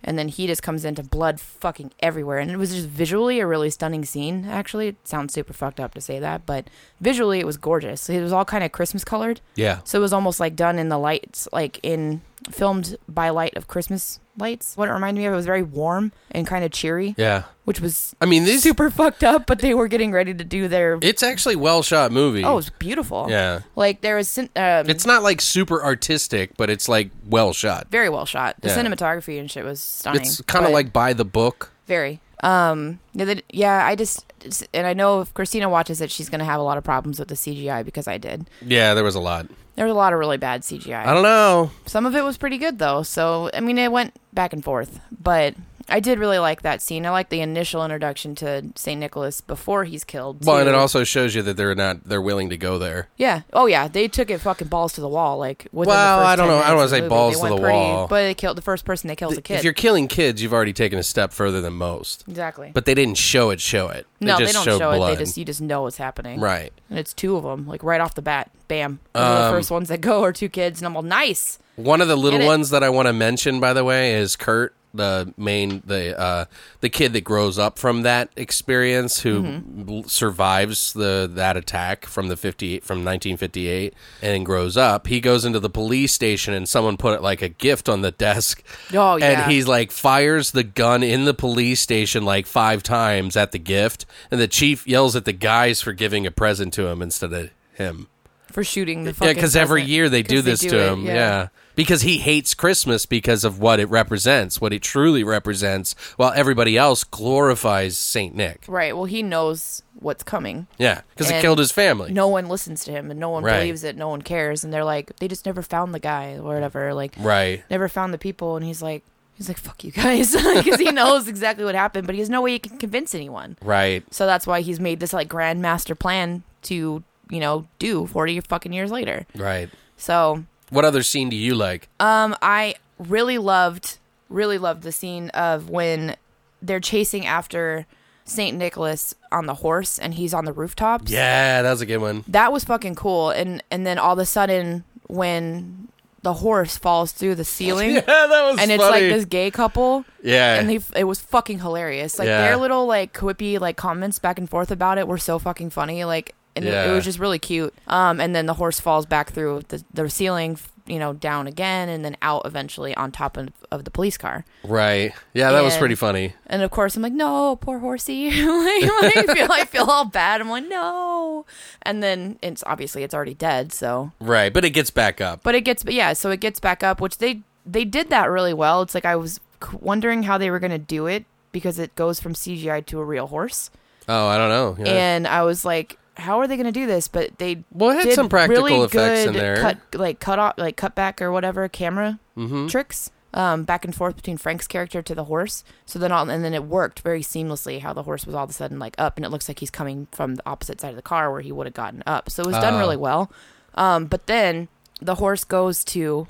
C: And then he just comes into blood fucking everywhere. And it was just visually a really stunning scene, actually. It sounds super fucked up to say that, but visually it was gorgeous. It was all kind of Christmas colored.
B: Yeah.
C: So it was almost like done in the lights, like in filmed by light of Christmas lights. What it reminded me of, it was very warm and kind of cheery,
B: Yeah.
C: which was
B: I mean, these.
C: super fucked up, but they were getting ready to do their.
B: It's actually well shot movie.
C: oh, it was beautiful.
B: Yeah.
C: Like there was, cin- um,
B: It's not like super artistic, but it's like well shot.
C: very well shot. The
B: Yeah.
C: cinematography and shit was stunning.
B: It's kind of
C: but
B: like by the book.
C: very. Um, yeah, that- yeah. I just it's- and I know if Christina watches it, she's gonna have a lot of problems with the CGI because I did.
B: Yeah, there was a lot.
C: There was a lot of really bad CGI.
B: I don't know.
C: Some of it was pretty good though. So I mean, it went back and forth, but I did really like that scene. I like the initial introduction to St. Nicholas before he's killed.
B: Well, and
C: too.
B: it also shows you that they're not they're willing to go there.
C: Yeah. Oh, yeah. They took it fucking balls to the wall. Like, within
B: Well,
C: the first
B: I don't
C: 10
B: know. I don't
C: minutes
B: wanna
C: of the
B: say
C: movie.
B: balls
C: They
B: to
C: went
B: the
C: pretty-
B: wall.
C: But they killed the first person. They killed the
B: If
C: kid.
B: you're killing kids, you've already taken a step further than most.
C: exactly.
B: But they didn't show it. Show it.
C: no,
B: just
C: they don't
B: showed
C: show
B: blood.
C: it. They just you just know what's happening.
B: right.
C: And it's two of them, like right off the bat. Bam. And one of
B: Um,
C: the first ones that go are two kids, and I'm all nice.
B: One of the little
C: Get it.
B: ones that I want to mention, by the way, is Kurt, the main the uh, the kid that grows up from that experience, who
C: Mm-hmm.
B: l- survives the that attack from the fifty from nineteen fifty eight, and grows up. He goes into the police station, and someone put like a gift on the desk.
C: Oh, yeah.
B: and he's like fires the gun in the police station like five times at the gift, and the chief yells at the guys for giving a present to him instead of him.
C: For shooting the
B: Yeah,
C: fucking
B: because every
C: peasant.
B: year they
C: 'Cause
B: do this to
C: it,
B: him. Yeah. Because he hates Christmas because of what it represents, what it truly represents, while everybody else glorifies Saint Nick.
C: Right. Well, he knows what's coming.
B: Yeah. Because it
C: And
B: killed his family.
C: No one listens to him, and no one
B: Right.
C: believes it. No one cares, and they're like, they just never found the guy or whatever. Like,
B: Right.
C: never found the people, and he's like, he's like, fuck you guys, because he knows exactly what happened, but he has no way he can convince anyone.
B: Right.
C: So that's why he's made this like grand master plan to you know do forty fucking years later.
B: Right.
C: So
B: What other scene do you like?
C: um, I really loved, really loved the scene of when they're chasing after Saint Nicholas on the horse, and he's on the rooftops.
B: yeah, that was a good one.
C: that was fucking cool. And and then all of a sudden when the horse falls through the ceiling.
B: Yeah, that was
C: and it's like
B: funny.
C: this gay couple.
B: Yeah.
C: and they it was fucking hilarious. Like
B: Eh. Yeah.
C: their little like quippy like comments back and forth about it were so fucking funny. Like and it- it,
B: Yeah.
C: was just really cute. Um, and then the horse falls back through the the ceiling, f- you know, down again, and then out eventually on top of, of the police car.
B: right. Yeah, that was
C: And-
B: pretty funny.
C: And of course, I'm like, no, poor horsey. like, I feel I feel all bad. I'm like, no. And then it's obviously it's already dead. So
B: Right. But it gets back up.
C: but it gets but yeah so it gets back up which they they did that really well it's like i was c- wondering how they were going to do it because it goes from cgi to a real horse
B: Oh, I don't know. Yeah.
C: and i was like how are they going to do this but they
B: Well, it had
C: did
B: some practical
C: really
B: effects in
C: good
B: there.
C: cut like cut off like cut back or whatever camera
B: Mm-hmm.
C: tricks um, back and forth between Frank's character to the horse. So then all and then it worked very seamlessly how the horse was all of a sudden like up and it looks like he's coming from the opposite side of the car where he would have gotten up. So it was done really well. Um, but then the horse goes to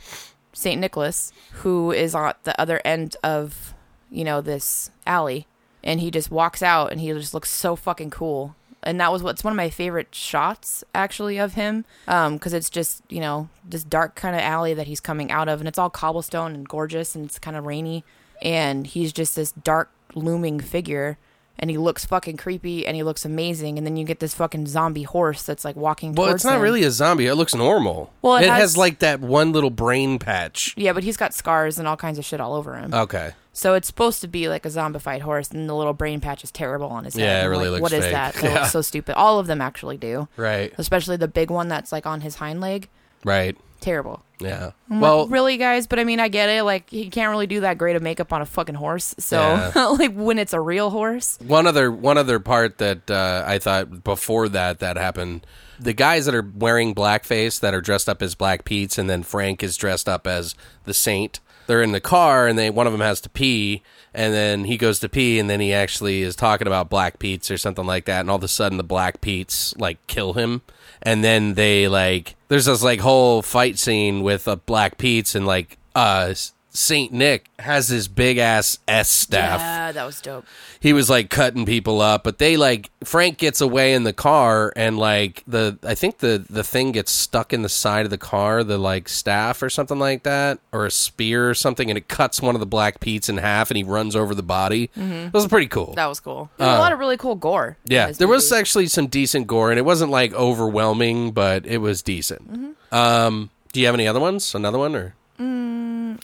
C: Saint Nicholas, who is on the other end of you know this alley, and he just walks out and he just looks so fucking cool. And that was what's one of my favorite shots actually of him, because it's just you know this dark kind of alley that he's coming out of, and it's all cobblestone and gorgeous, and it's kind of rainy, and he's just this dark looming figure. And he looks fucking creepy, and he looks amazing. And then you get this fucking zombie horse that's like walking.
B: well,
C: towards
B: it's not
C: him.
B: really a zombie. It looks normal.
C: Well, it
B: it
C: has-
B: has like that one little brain patch.
C: Yeah, but he's got scars and all kinds of shit all over him.
B: Okay.
C: So it's supposed to be like a zombified horse, and the little brain patch is terrible on his head.
B: Yeah, it
C: I'm
B: really
C: like,
B: looks
C: What is
B: fake.
C: that? That
B: Yeah.
C: looks so stupid. All of them actually do,
B: Right.
C: especially the big one that's like on his hind leg.
B: Right.
C: Terrible.
B: Yeah.
C: Well,
B: Well,
C: really, guys, but I mean, I get it. Like, he can't really do that great of makeup on a fucking horse. So,
B: Yeah.
C: like, when it's a real horse,
B: one other one other part that uh, I thought before that that happened, the guys that are wearing blackface that are dressed up as Black Pete's, and then Frank is dressed up as the Saint. They're in the car, and they one of them has to pee, and then he goes to pee, and then he actually is talking about Black Pete's or something like that, and all of a sudden the Black Pete's like kill him, and then they like there's this like whole fight scene with a Black Pete's and like uh. Saint Nick has his big ass S staff
C: yeah, that was dope.
B: he was like cutting people up but they like frank gets away in the car and like the i think the the thing gets stuck in the side of the car the like staff or something like that or a spear or something and it cuts one of the black peats in half and he runs over the body it was pretty cool
C: Mm-hmm. That was cool. There was a lot of really cool gore. in
B: Uh. yeah
C: this
B: there was
C: movie.
B: actually some decent gore and it wasn't like overwhelming but it was decent
C: Mm-hmm.
B: um do you have any other ones another one or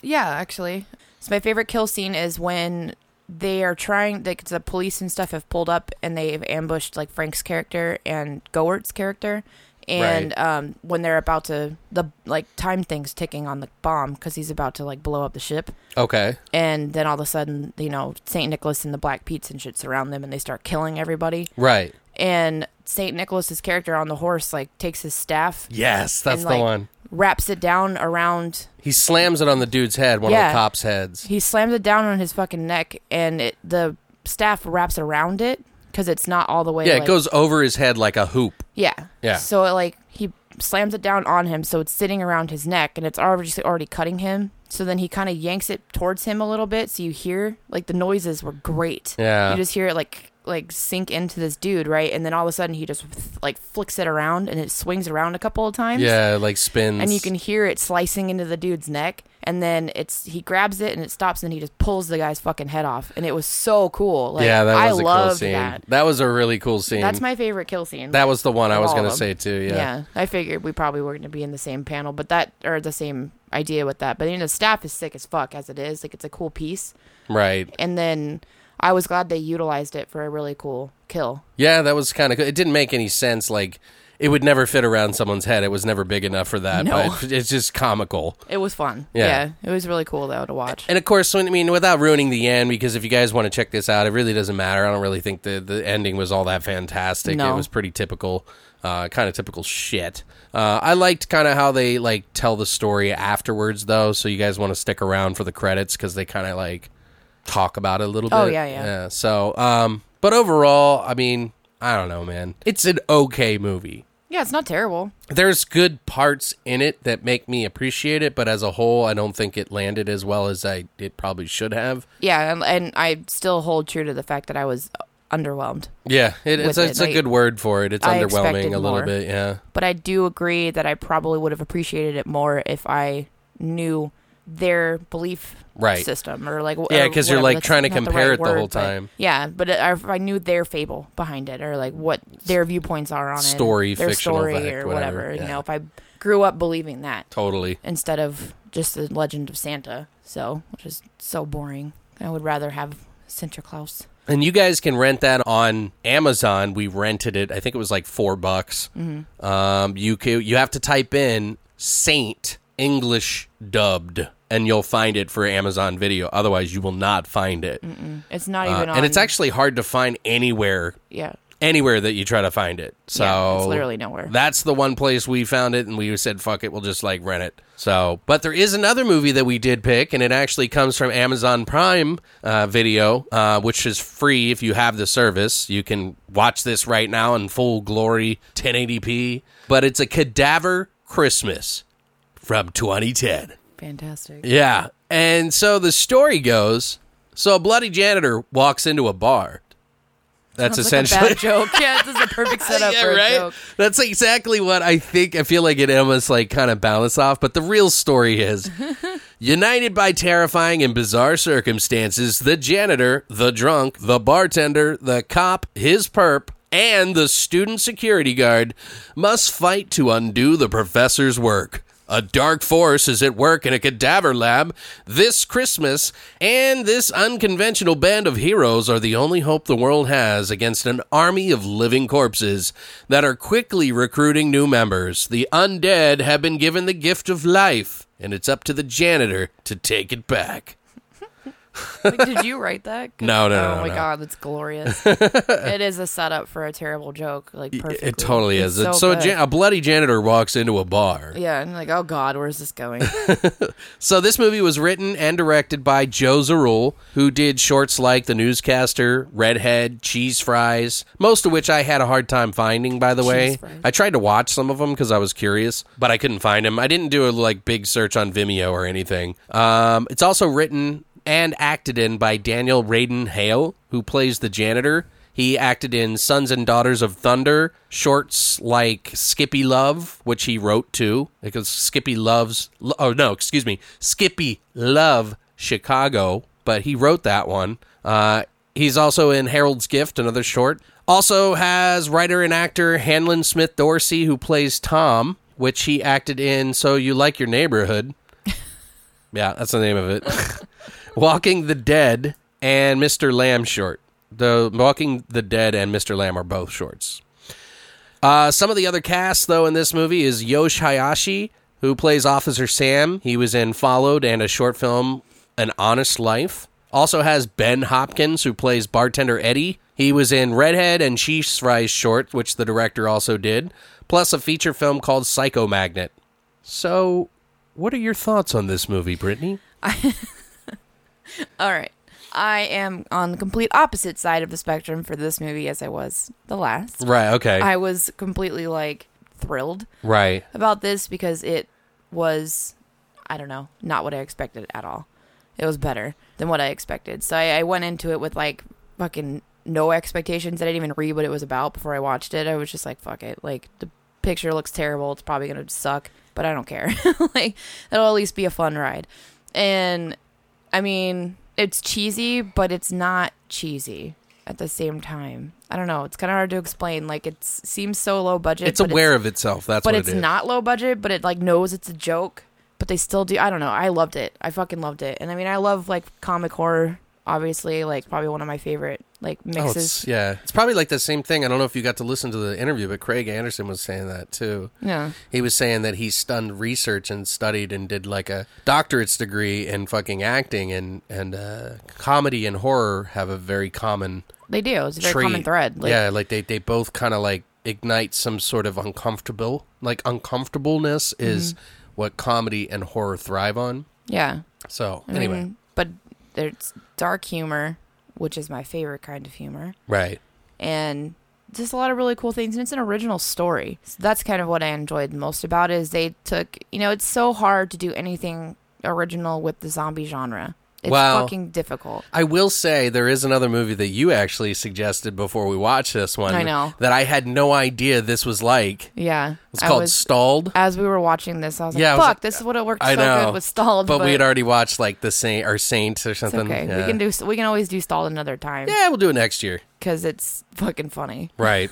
C: Yeah, actually. So my favorite kill scene is when they are trying like the police and stuff have pulled up and they've ambushed like Frank's character and Goert's character and
B: Right.
C: um when they're about to the like time things ticking on the bomb cuz he's about to like blow up the ship
B: okay
C: and then all of a sudden you know St. Nicholas and the Black Pete's and shit surround them and they start killing everybody
B: right
C: and St. Nicholas's character on the horse like takes his staff
B: yes that's
C: and,
B: the
C: like,
B: one
C: wraps it down around.
B: He slams it on the dude's head, one of
C: Yeah.
B: the cops' heads.
C: He slams it down on his fucking neck, and it, the staff wraps around it because it's not all the way.
B: Yeah, it
C: like-
B: goes over his head like a hoop.
C: Yeah.
B: Yeah.
C: So it, like he slams it down on him, so it's sitting around his neck, and it's already already cutting him. So then he kind of yanks it towards him a little bit, so you hear like the noises were great.
B: Yeah.
C: You just hear it like like sink into this dude, right? And then all of a sudden he just like flicks it around and it swings around a couple of times.
B: Yeah, like spins.
C: And you can hear it slicing into the dude's neck, and then it's he grabs it and it stops, and he just pulls the guy's fucking head off, and it was so cool. Like,
B: yeah, that
C: I
B: was a
C: loved
B: cool scene.
C: that.
B: was a really cool scene.
C: That's my favorite kill scene.
B: that was the one I
C: of
B: was
C: all
B: gonna
C: of
B: say
C: them.
B: too.
C: Yeah.
B: Yeah.
C: I figured we probably were going to be in the same panel, but that or the same idea with that. But you know, staff is sick as fuck as it is. Like it's a cool piece,
B: right.
C: and then I was glad they utilized it for a really cool kill.
B: Yeah, that was kind of. It didn't make any sense. Like it would never fit around someone's head. It was never big enough for that.
C: No.
B: But it's just comical.
C: It was fun.
B: Yeah.
C: it was really cool though to watch.
B: And of course, when, I mean, without ruining the end, because if you guys want to check this out, it really doesn't matter. I don't really think the, the ending was all that fantastic.
C: No.
B: It was pretty typical, uh, kind of typical shit. Uh, I liked kind of how they like tell the story afterwards, though. So you guys want to stick around for the credits because they kind of like talk about it a little bit.
C: Oh, yeah, yeah.
B: yeah. So, um, but overall, I mean, I don't know, man. It's an okay movie
C: Yeah, it's not terrible.
B: there's good parts in it that make me appreciate it, but as a whole, I don't think it landed as well as I it probably should have.
C: Yeah, and, and I still hold true to the fact that I was underwhelmed.
B: Yeah, it, it's,
C: With it,
B: it's a
C: like,
B: good word for it. It's
C: I
B: underwhelming
C: expected
B: a little
C: more.
B: bit. Yeah,
C: But I do agree that I probably would have appreciated it more if I knew their belief
B: Right.
C: system or like wh-
B: Yeah,
C: or
B: 'cause you're,
C: whatever.
B: like,
C: That's
B: trying to
C: not
B: compare
C: right
B: it the
C: word,
B: whole
C: but-
B: time.
C: yeah, but it, I- if I knew their fable behind it or like what their viewpoints are on
B: Story,
C: it, their
B: fictional
C: story
B: fact,
C: or
B: whatever,
C: whatever.
B: yeah.
C: You know, if I grew up believing that
B: totally.
C: instead of just the legend of Santa, so which is so boring. I would rather have Santa Claus.
B: And you guys can rent that on Amazon. We rented it. I think it was like four bucks.
C: Mm-hmm.
B: Um, you ca you have to type in Saint English dubbed, and you'll find it for Amazon Video. Otherwise, you will not find it.
C: It's not
B: Uh,
C: even on.
B: and it's actually hard to find anywhere
C: yeah.
B: anywhere that you try to find it. So
C: Yeah, it's literally nowhere.
B: That's the one place we found it, and we said, "Fuck it, we'll just like rent it." So, but there is another movie that we did pick, and it actually comes from Amazon Prime uh, Video, uh, which is free if you have the service. You can watch this right now in full glory, 1080p. But it's a Cadaver Christmas from 2010.
C: Fantastic.
B: Yeah. And so the story goes so a bloody janitor walks into a bar. That's
C: It's
B: essentially
C: like a bad joke. Yeah, this is a perfect setup
B: yeah,
C: for a
B: right?
C: joke.
B: That's exactly what I think. I feel like it almost like kind of balance off. But the real story is united by terrifying and bizarre circumstances, the janitor, the drunk, the bartender, the cop, his perp, and the student security guard must fight to undo the professor's work. A dark force is at work in a cadaver lab this Christmas, and this unconventional band of heroes are the only hope the world has against an army of living corpses that are quickly recruiting new members. The undead have been given the gift of life, and it's up to the janitor to take it back.
C: Like, did you write that? 'Cause-
B: No, no, no,
C: Oh
B: no,
C: my
B: no.
C: god, it's glorious. it is a setup for a terrible joke, like perfectly.
B: It totally
C: It's
B: is. It's- so a,
C: good.
B: jan- a bloody janitor walks into a bar.
C: yeah, and like, oh god, where's this going?
B: So this movie was written and directed by Joe Zarul, who did shorts like The Newscaster, Redhead, Cheese Fries, most of which I had a hard time finding. By the way,
C: Fries.
B: I tried to watch some of them because I was curious, but I couldn't find them. I didn't do a like big search on Vimeo or anything. Um, it's also written and acted in by Daniel Radin Hale, who plays the janitor. He acted in Sons and Daughters of Thunder, shorts like Skippy Love, which he wrote too, because Skippy loves, oh no, excuse me, Skippy Love Chicago, but he wrote that one. Uh, he's also in Harold's Gift, another short. Also has writer and actor Hanlon Smith Dorsey, who plays Tom, which he acted in So You Like Your Neighborhood. Yeah, that's the name of it. Walking the Dead and Mr. Lamb short. The Walking the Dead and Mr. Lamb are both shorts. Uh, some of the other cast, though, in this movie is Yosh Hayashi, who plays Officer Sam. He was in Followed and a short film, An Honest Life. Also has Ben Hopkins, who plays bartender Eddie. He was in Redhead and Cheese Fries short, which the director also did, plus a feature film called Psycho Magnet. So, what are your thoughts on this movie, Brittany?
C: All right. I am on the complete opposite side of the spectrum for this movie as I was the last.
B: Right. Okay.
C: I was completely like thrilled
B: right.
C: about this because it was, I don't know, not what I expected at all. It was better than what I expected. So I, I went into it with like fucking no expectations. I didn't even read what it was about before I watched it. I was just like, fuck it. Like the picture looks terrible. It's probably going to suck, but I don't care. like it'll at least be a fun ride. And I mean, it's cheesy, but it's not cheesy at the same time. I don't know. It's kind of hard to explain. Like it seems so low budget.
B: It's
C: but
B: aware of itself. That's
C: but
B: what
C: it's
B: it is.
C: not low budget but it like knows it's a joke but they still do i don't know i loved it i fucking loved it and i mean i love like comic horror obviously like probably one of my favorite like
B: Oh,
C: mixes
B: it's, yeah, it's probably like the same thing. I don't know if you got to listen to the interview, but Craig Anderson was saying that too.
C: yeah
B: He was saying that he stunned research and studied and did like a doctorate's degree in fucking acting and and uh, comedy and horror have a very common
C: they do it's a very
B: trait.
C: common thread like
B: yeah, like they they both kind of like ignite some sort of uncomfortable like uncomfortableness is
C: Mm-hmm.
B: what comedy and horror thrive on.
C: yeah
B: So
C: I
B: anyway,
C: mean, but there's dark humor which is my favorite kind of humor
B: right.
C: and just a lot of really cool things and it's an original story so that's kind of what i enjoyed most about it is they took you know it's so hard to do anything original with the zombie genre it's
B: Well-
C: fucking difficult
B: I will say there is another movie that you actually suggested before we watched this one.
C: I know.
B: that I had no idea this was like.
C: yeah
B: It's
C: I
B: called
C: was,
B: Stalled.
C: as we were watching this i was like
B: Yeah, I
C: fuck
B: was like-
C: this would have worked
B: I
C: so
B: know
C: good with stalled
B: but, we had already watched like the Saint or Saints or
C: it's
B: something.
C: okay
B: Yeah.
C: we can do we can always do stalled another time
B: Yeah, we'll do it next year.
C: because it's fucking funny
B: Right,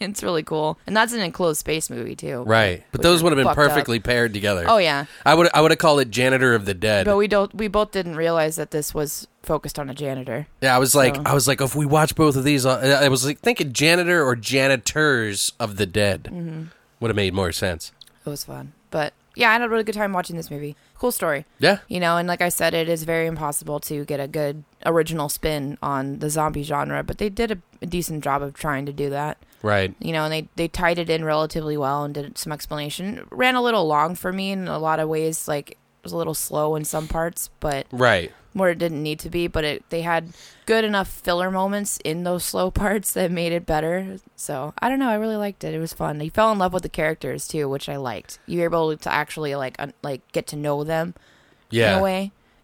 C: it's really cool and that's an enclosed space movie too
B: right. But
C: Which
B: those
C: is
B: would have been
C: fucked up.
B: perfectly paired together.
C: oh yeah
B: I would I would have called it Janitor of the Dead.
C: but we don't we both didn't realize that this was focused on a janitor
B: Yeah, I was like,
C: So-
B: I was like, if we watch both of these, uh, I was like thinking janitor or janitors of the dead
C: Mm-hmm.
B: would have made more sense.
C: It was fun. But yeah, I had a really good time watching this movie. Cool story.
B: Yeah,
C: You know, and like I said, it is very impossible to get a good original spin on the zombie genre, but they did a, a decent job of trying to do that.
B: right.
C: You know, and they, they tied it in relatively well and did some explanation. It ran a little long for me in a lot of ways, like it was a little slow in some parts, but
B: Right.
C: where it didn't need to be, but it they had good enough filler moments in those slow parts that made it better. So I don't know, I really liked it. It was fun. You fell in love with the characters too, which I liked. You were able to actually like un- like get to know them
B: Yeah.
C: in a way,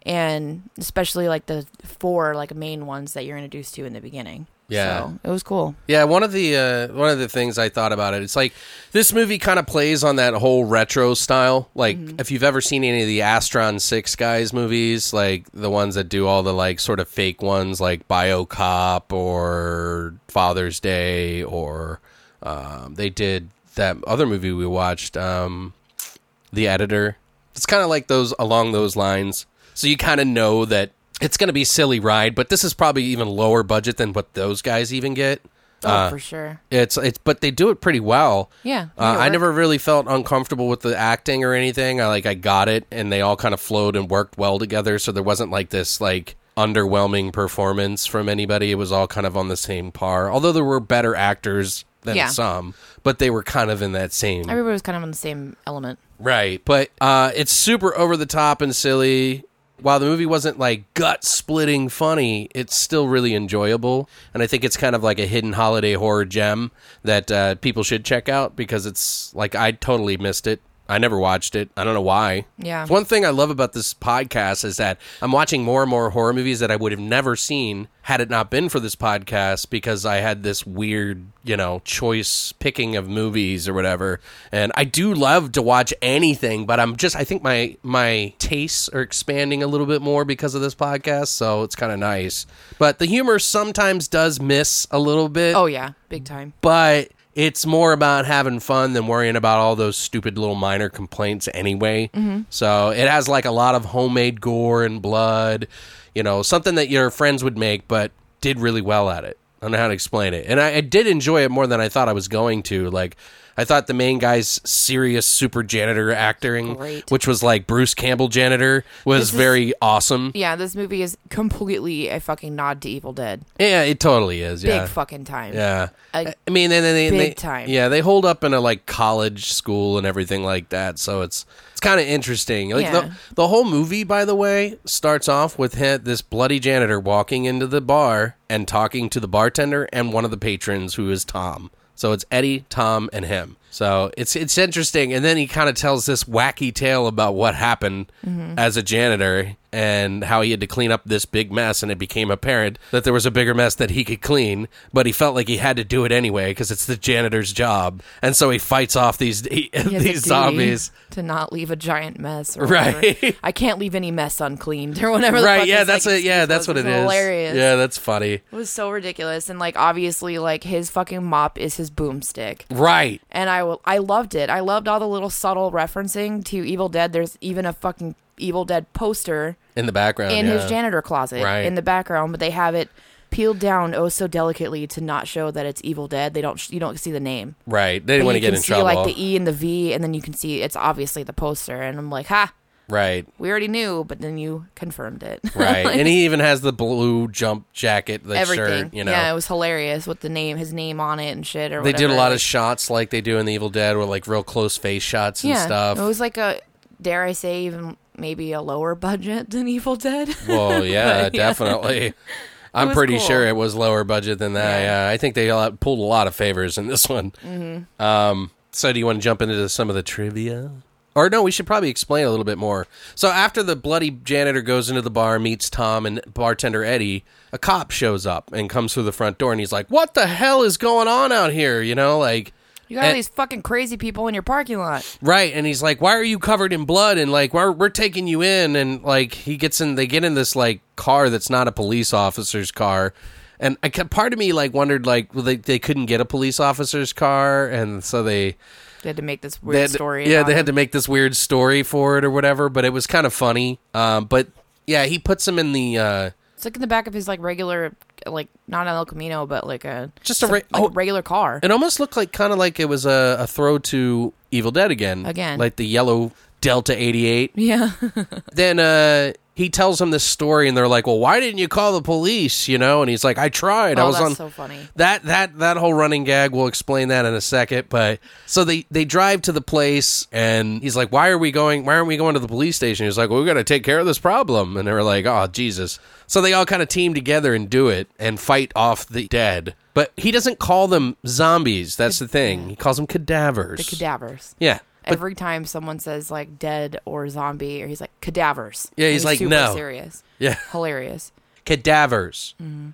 C: and especially like the four like main ones that you're introduced to in the beginning.
B: Yeah.
C: so it was cool.
B: Yeah, one of the uh, one of the things I thought about it, it's like this movie kind of plays on that whole retro style. Like if you've ever seen any of the Astron Six guys movies, like the ones that do all the like sort of fake ones, like BioCop or Father's Day, or um, they did that other movie we watched, um, The Editor. It's kind of like those along those lines. So you kind of know that. It's going to be silly ride, but this is probably even lower budget than what those guys even get.
C: Oh,
B: Uh,
C: for sure.
B: It's it's but they do it pretty well.
C: Yeah,
B: Uh,
C: made it
B: I
C: work.
B: never really felt uncomfortable with the acting or anything. I like I got it, and they all kind of flowed and worked well together. So there wasn't like this like underwhelming performance from anybody. It was all kind of on the same par. Although there were better actors than
C: Yeah.
B: some, but they were kind of in that same
C: Everybody was kind of on the same element.
B: Right. But uh, it's super over the top and silly. While the movie wasn't like gut splitting funny, it's still really enjoyable. And I think it's kind of like a hidden holiday horror gem that uh, people should check out because it's like I totally missed it. I never watched it. I don't know why.
C: Yeah.
B: It's One thing I love about this podcast is that I'm watching more and more horror movies that I would have never seen had it not been for this podcast because I had this weird, you know, choice picking of movies or whatever. And I do love to watch anything, but I'm just I think my my tastes are expanding a little bit more because of this podcast, so it's kind of nice. But the humor sometimes does miss a little bit
C: Oh yeah, big time.
B: but it's more about having fun than worrying about all those stupid little minor complaints anyway.
C: Mm-hmm.
B: So it has like a lot of homemade gore and blood, you know, something that your friends would make, but did really well at it. I don't know how to explain it. And I, I did enjoy it more than I thought I was going to. Like, I thought the main guy's serious super janitor acting,
C: Great.
B: which was like Bruce Campbell janitor, was
C: This is-
B: very awesome.
C: Yeah, this movie is completely a fucking nod to Evil Dead.
B: Yeah, it totally is.
C: Big
B: Yeah.
C: fucking time.
B: Yeah. Uh,
C: A
B: I mean, and then they,
C: big
B: they-
C: time.
B: Yeah, they hold up in a like college school and everything like that. So it's it's kind of interesting. Like
C: Yeah.
B: Mm-hmm. the the whole movie, by the way, starts off with hi- this bloody janitor walking into the bar and talking to the bartender and one of the patrons who is Tom. So it's Eddie, Tom, and him. So it's it's interesting, and then he kind of tells this wacky tale about what happened
C: Mm-hmm.
B: as a janitor and how he had to clean up this big mess, and it became apparent that there was a bigger mess that he could clean, but he felt like he had to do it anyway because it's the janitor's job, and so he fights off these he-
C: He has a
B: these
C: duty
B: zombies.
C: to not leave a giant mess, or
B: Right.
C: whatever. I can't leave any mess uncleaned, or whatever. The
B: Right?
C: fuck
B: Yeah,
C: his,
B: that's
C: like,
B: it. Yeah,
C: excuse
B: that's
C: was.
B: what it
C: It's
B: is.
C: Hilarious.
B: Yeah, that's funny.
C: It was so ridiculous, and like obviously, like his fucking mop is his boomstick.
B: Right?
C: and I will- I loved it. I loved all the little subtle referencing to Evil Dead. There's even a fucking Evil Dead poster
B: In the background,
C: in his
B: yeah.
C: janitor closet
B: Right.
C: in the background, but they have it peeled down oh so delicately to not show that it's Evil Dead. They don't sh- you don't see the name.
B: Right? They didn't
C: But
B: want to
C: you
B: get
C: can
B: in
C: see
B: trouble.
C: like the E and the V, and then you can see it's obviously the poster. And I'm like, ha,
B: right?
C: we already knew, but then you confirmed it.
B: Right. and he even has the blue jump jacket, the
C: Everything.
B: shirt, you know.
C: Yeah, it was hilarious with the name, his name on it and shit. Or
B: they did a
C: whatever.
B: lot of shots like they do in The Evil Dead with like real close face shots and
C: yeah,
B: stuff.
C: It was like a dare I say even maybe a lower budget than Evil Dead.
B: well, yeah,
C: But, yeah.
B: definitely. I'm
C: was
B: pretty
C: cool.
B: sure it was lower budget than that. Yeah,
C: Yeah.
B: I think they a lot- pulled a lot of favors in this one. Mm-hmm. Um, so, do you want to jump into some of the trivia? Or no, we should probably explain a little bit more. So after the bloody janitor goes into the bar, meets Tom and bartender Eddie, a cop shows up and comes through the front door, and he's like, "What the hell is going on out here?" You know, like
C: You got all
B: And-
C: these fucking crazy people in your parking lot.
B: Right, and he's like, "Why are you covered in blood?" And like, "We're we're taking you in." And like, he gets in. They get in this like car that's not a police officer's car. And I, ca- part of me like wondered like well, they they couldn't get a police officer's car, and so they
C: They had to make this
B: they
C: weird
B: had to-
C: story.
B: yeah,
C: about
B: they had
C: it.
B: to make this weird story for it or whatever. But it was kind of funny. Um, but yeah, he puts him in the uh,
C: It's like in the back of his like regular, like not an El Camino, but like a
B: Just a
C: some-
B: re-
C: like
B: oh.
C: regular car.
B: It almost looked like kind of like it was a, a throw to Evil Dead again.
C: Again.
B: Like the yellow Delta 88.
C: Yeah.
B: then uh, he tells them this story and they're like, "Well, why didn't you call the police?" you know, and he's like, "I tried. I
C: oh,
B: was
C: that's
B: on
C: so funny.
B: that that that whole running gag we'll explain that in a second but so they they drive to the place and he's like why are we going why aren't we going to the police station he's like well, we got to take care of this problem and they were like oh jesus so they all kind of team together and do it and fight off the dead but he doesn't call them zombies that's the thing he calls them cadavers
C: The cadavers.
B: yeah but
C: Every time someone says like dead or zombie, or he's like cadavers.
B: Yeah,
C: And
B: he's like,
C: super
B: no.
C: serious,
B: yeah
C: hilarious.
B: cadavers.
C: Mm-hmm.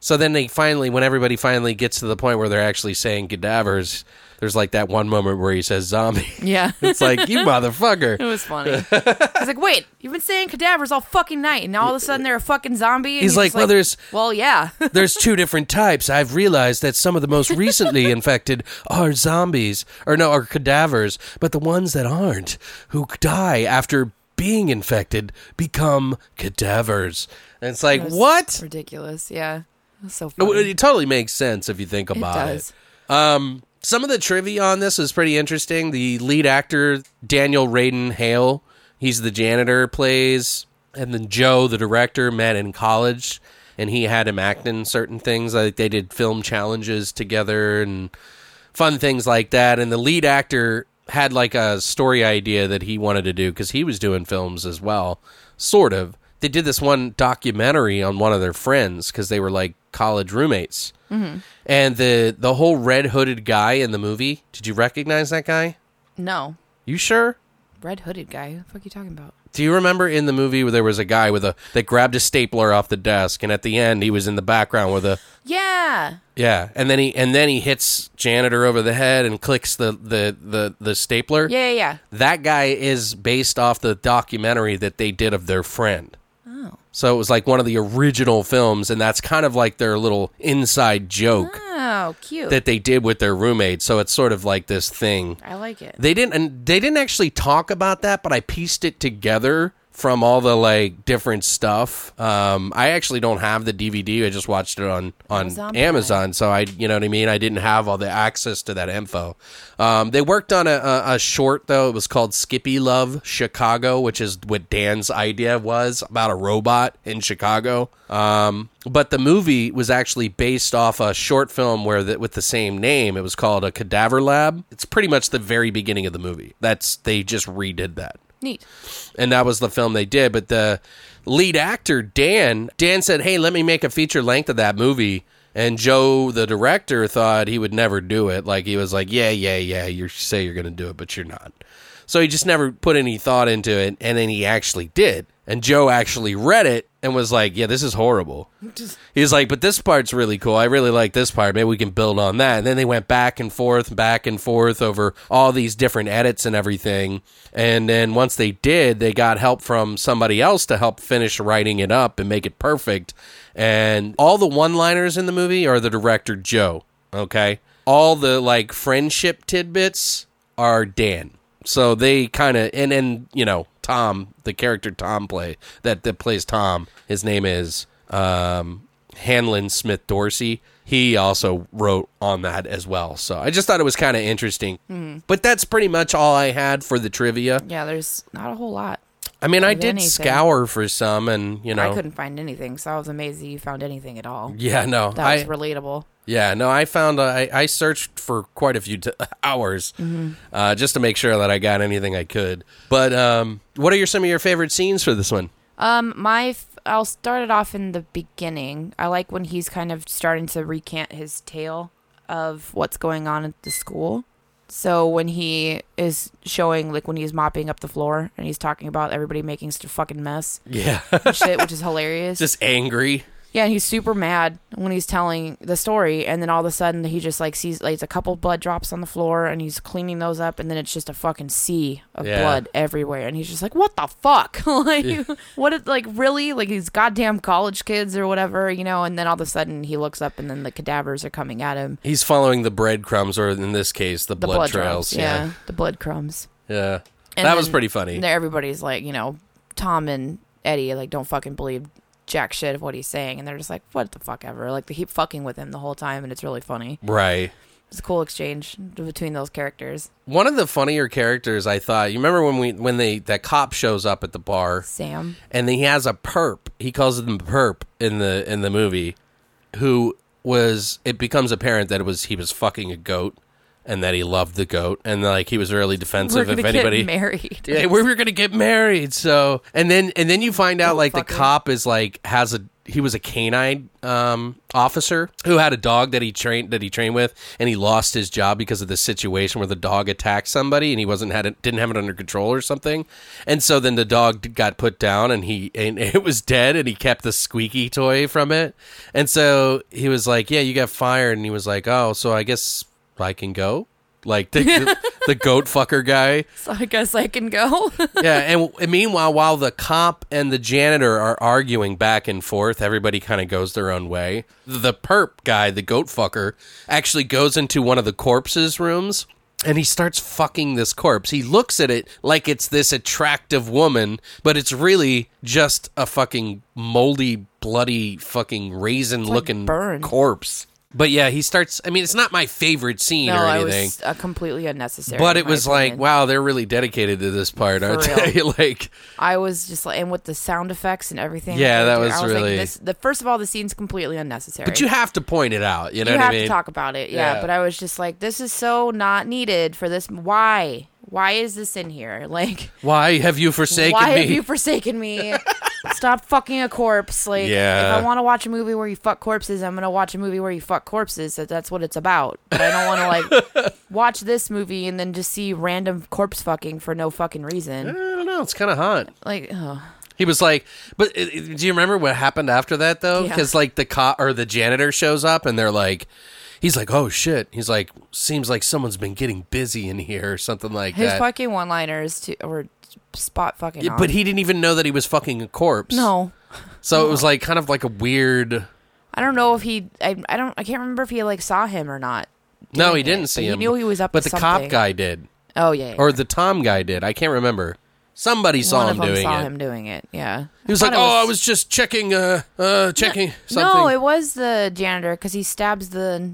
B: So then they finally, when everybody finally gets to the point where they're actually saying cadavers, there's like that one moment where he says zombie.
C: Yeah, it
B: it's like you motherfucker.
C: was funny. he's like, wait, you've been saying cadavers all fucking night, and now all of a sudden they're a fucking zombie. And
B: He's like,
C: just
B: well, there's-
C: well, yeah.
B: There's two different types. I've realized that some of the most recently infected are zombies, or no, are cadavers. But the ones that aren't, who die after being infected, become cadavers. And it's like, what?
C: ridiculous. Yeah, That's so
B: No,
C: funny.
B: It totally makes sense if you think about it.
C: does.
B: Um, some of the trivia on this is pretty interesting. The lead actor Daniel Radin Hale, he's the janitor, plays, and then Joe, the director, met in college, and he had him act in certain things. Like they did film challenges together and fun things like that. And the lead actor had like a story idea that he wanted to do because he was doing films as well, sort of. They did this one documentary on one of their friends because they were like college roommates. Mm-hmm. And the the whole red hooded guy in the movie. Did you recognize that guy?
C: no,
B: You sure?
C: red hooded guy. What the fuck are you talking about?
B: Do you remember in the movie where there was a guy with a that grabbed a stapler off the desk, and at the end he was in the background with a
C: Yeah,
B: Yeah, and then he and then he hits janitor over the head and clicks the the the, the stapler.
C: yeah, yeah. yeah.
B: That guy is based off the documentary that they did of their friend. Oh. So it was like one of the original films and that's kind of like their little inside joke
C: Oh, cute.
B: that they did with their roommate. So it's sort of like this thing.
C: I like it.
B: They didn't and they didn't actually talk about that, but I pieced it together from all the like different stuff. Um, I actually don't have the DVD. I just watched it on on
C: Amazon
B: Amazon,
C: Prime.
B: so I you know what I mean. I didn't have all the access to that info. Um, they worked on a, a, a short though. It was called Skippy Love Chicago, which is what Dan's idea was about a robot in Chicago. Um, but the movie was actually based off a short film where the, with the same name. It was called A Cadaver Lab. It's pretty much the very beginning of the movie. That's they just redid that
C: Neat.
B: and that was the film they did. But the lead actor Dan Dan said, "Hey, let me make a feature length of that movie." And Joe, the director, thought he would never do it. Like he was like, "Yeah, yeah, yeah, you say you're going to do it, but you're not." So he just never put any thought into it, and then he actually did. And Joe actually read it and was like, "Yeah, this is horrible." He's like, "But this part's really cool. I really like this part. Maybe we can build on that." And then they went back and forth, back and forth over all these different edits and everything. And then once they did, they got help from somebody else to help finish writing it up and make it perfect. And all the one-liners in the movie are the director Joe, okay? All the like friendship tidbits are Dan. So they kind of and and you know Tom, the character Tom play that that plays Tom, his name is um, Hanlon Smith Dorsey. He also wrote on that as well. So I just thought it was kind of interesting.
C: Hmm.
B: But that's pretty much all I had for the trivia.
C: Yeah, there's not a whole lot.
B: I mean, I
C: Of
B: did
C: anything.
B: scour for some, and you know,
C: I couldn't find anything, so I was amazed that you found anything at all.
B: yeah, no,
C: That
B: I,
C: was relatable.
B: Yeah, no, I found uh, I, I searched for quite a few t- hours uh, just to make sure that I got anything I could. But um, what are your, some of your favorite scenes for this one?
C: Um, my f- I'll start it off in the beginning. I like when he's kind of starting to recant his tale of what's going on at the school. So when he is showing, like when he's mopping up the floor and he's talking about everybody making such a fucking mess,
B: Yeah,
C: and shit, which is hilarious.
B: just angry.
C: Yeah, and he's super mad when he's telling the story, and then all of a sudden he just like sees like a couple blood drops on the floor, and he's cleaning those up, and then it's just a fucking sea of
B: Yeah.
C: blood everywhere, and he's just like, "What the fuck? like, what? Is, like, really? Like these goddamn college kids or whatever, you know?" And then all of a sudden he looks up, and then the cadavers are coming at him.
B: He's following the breadcrumbs, or in this case, the,
C: The
B: blood, trails.
C: yeah, the blood crumbs.
B: yeah,
C: And
B: that was
C: then
B: pretty funny.
C: there- Everybody's like, you know, Tom and Eddie like don't fucking believe jack shit of what he's saying, and they're just like, what the fuck ever. Like they keep fucking with him the whole time, and it's really funny.
B: Right.
C: It's a cool exchange between those characters.
B: One of the funnier characters I thought. You remember when we when they that cop shows up at the bar
C: Sam,
B: and he has a perp. He calls him perp in the in the movie, who was it becomes apparent that it was he was fucking a goat and that he loved the goat and like he was really defensive
C: gonna
B: if anybody
C: get married.
B: yeah, we were gonna get married. So and then and then you find out like the
C: fucker.
B: cop is like has a he was a canine um, officer who had a dog that he trained that he trained with, and he lost his job because of the situation where the dog attacked somebody and he wasn't had it, didn't have it under control or something, and so then the dog d- got put down and he and it was dead and he kept the squeaky toy from it, and so he was like, yeah, you got fired, and he was like, oh, so I guess I can go. Like the, the, the goat fucker guy,
C: So I guess I can go.
B: yeah, and, and meanwhile, while the cop and the janitor are arguing back and forth, everybody kind of goes their own way. The perp guy, the goat fucker, actually goes into one of the corpse's rooms and he starts fucking this corpse. He looks at it like it's this attractive woman, but it's really just a fucking moldy, bloody, fucking raisin looking
C: burned.
B: corpse. But yeah, he starts. I mean, it's not my favorite scene
C: no,
B: or
C: I
B: anything.
C: was uh, completely unnecessary.
B: But
C: in
B: it
C: my
B: was like,
C: opinion.
B: wow, they're really dedicated to this part, aren't
C: real.
B: they? like,
C: I was just like, and with the sound effects and everything.
B: Yeah, that
C: I
B: was
C: like,
B: really-
C: this, the first of all, the scene's completely unnecessary.
B: But you have to point it out. You know
C: You
B: what
C: have
B: I mean?
C: to talk about it, yeah,
B: Yeah.
C: But I was just like, this is so not needed for this. Why? Why is this in here? Like,
B: Why have you forsaken
C: why
B: me?
C: have you forsaken me? Stop fucking a corpse. Like,
B: Yeah.
C: if I want to watch a movie where you fuck corpses, I'm gonna watch a movie where you fuck corpses. That that's what it's about. But I don't want to like watch this movie and then just see random corpse fucking for no fucking reason.
B: I don't know. It's kind of hot.
C: Like, ugh.
B: He was like, but uh, uh, do you remember what happened after that though?
C: Yeah.
B: Because like the cop or the janitor shows up and they're like, he's like, oh shit. He's like, seems like someone's been getting busy in here or something like
C: his
B: that.
C: fucking one-liners to or spot fucking.
B: Yeah,
C: on.
B: but he didn't even know that he was fucking a corpse.
C: no.
B: So it was like kind of like a weird.
C: I don't know if he. I, I don't. I can't remember if he like saw him or not.
B: No,
C: doing
B: he
C: it,
B: didn't see
C: but he
B: him.
C: knew he was up
B: But
C: to
B: the cop
C: something.
B: guy did,
C: Oh yeah. yeah.
B: or the Tom guy did. I can't remember. Somebody saw
C: One
B: him
C: of them
B: doing
C: saw
B: it.
C: him doing it. Yeah.
B: He was
C: I
B: like,
C: thought it
B: "Oh, I was just checking, uh, uh, checking something."
C: No, it was the janitor because he stabs the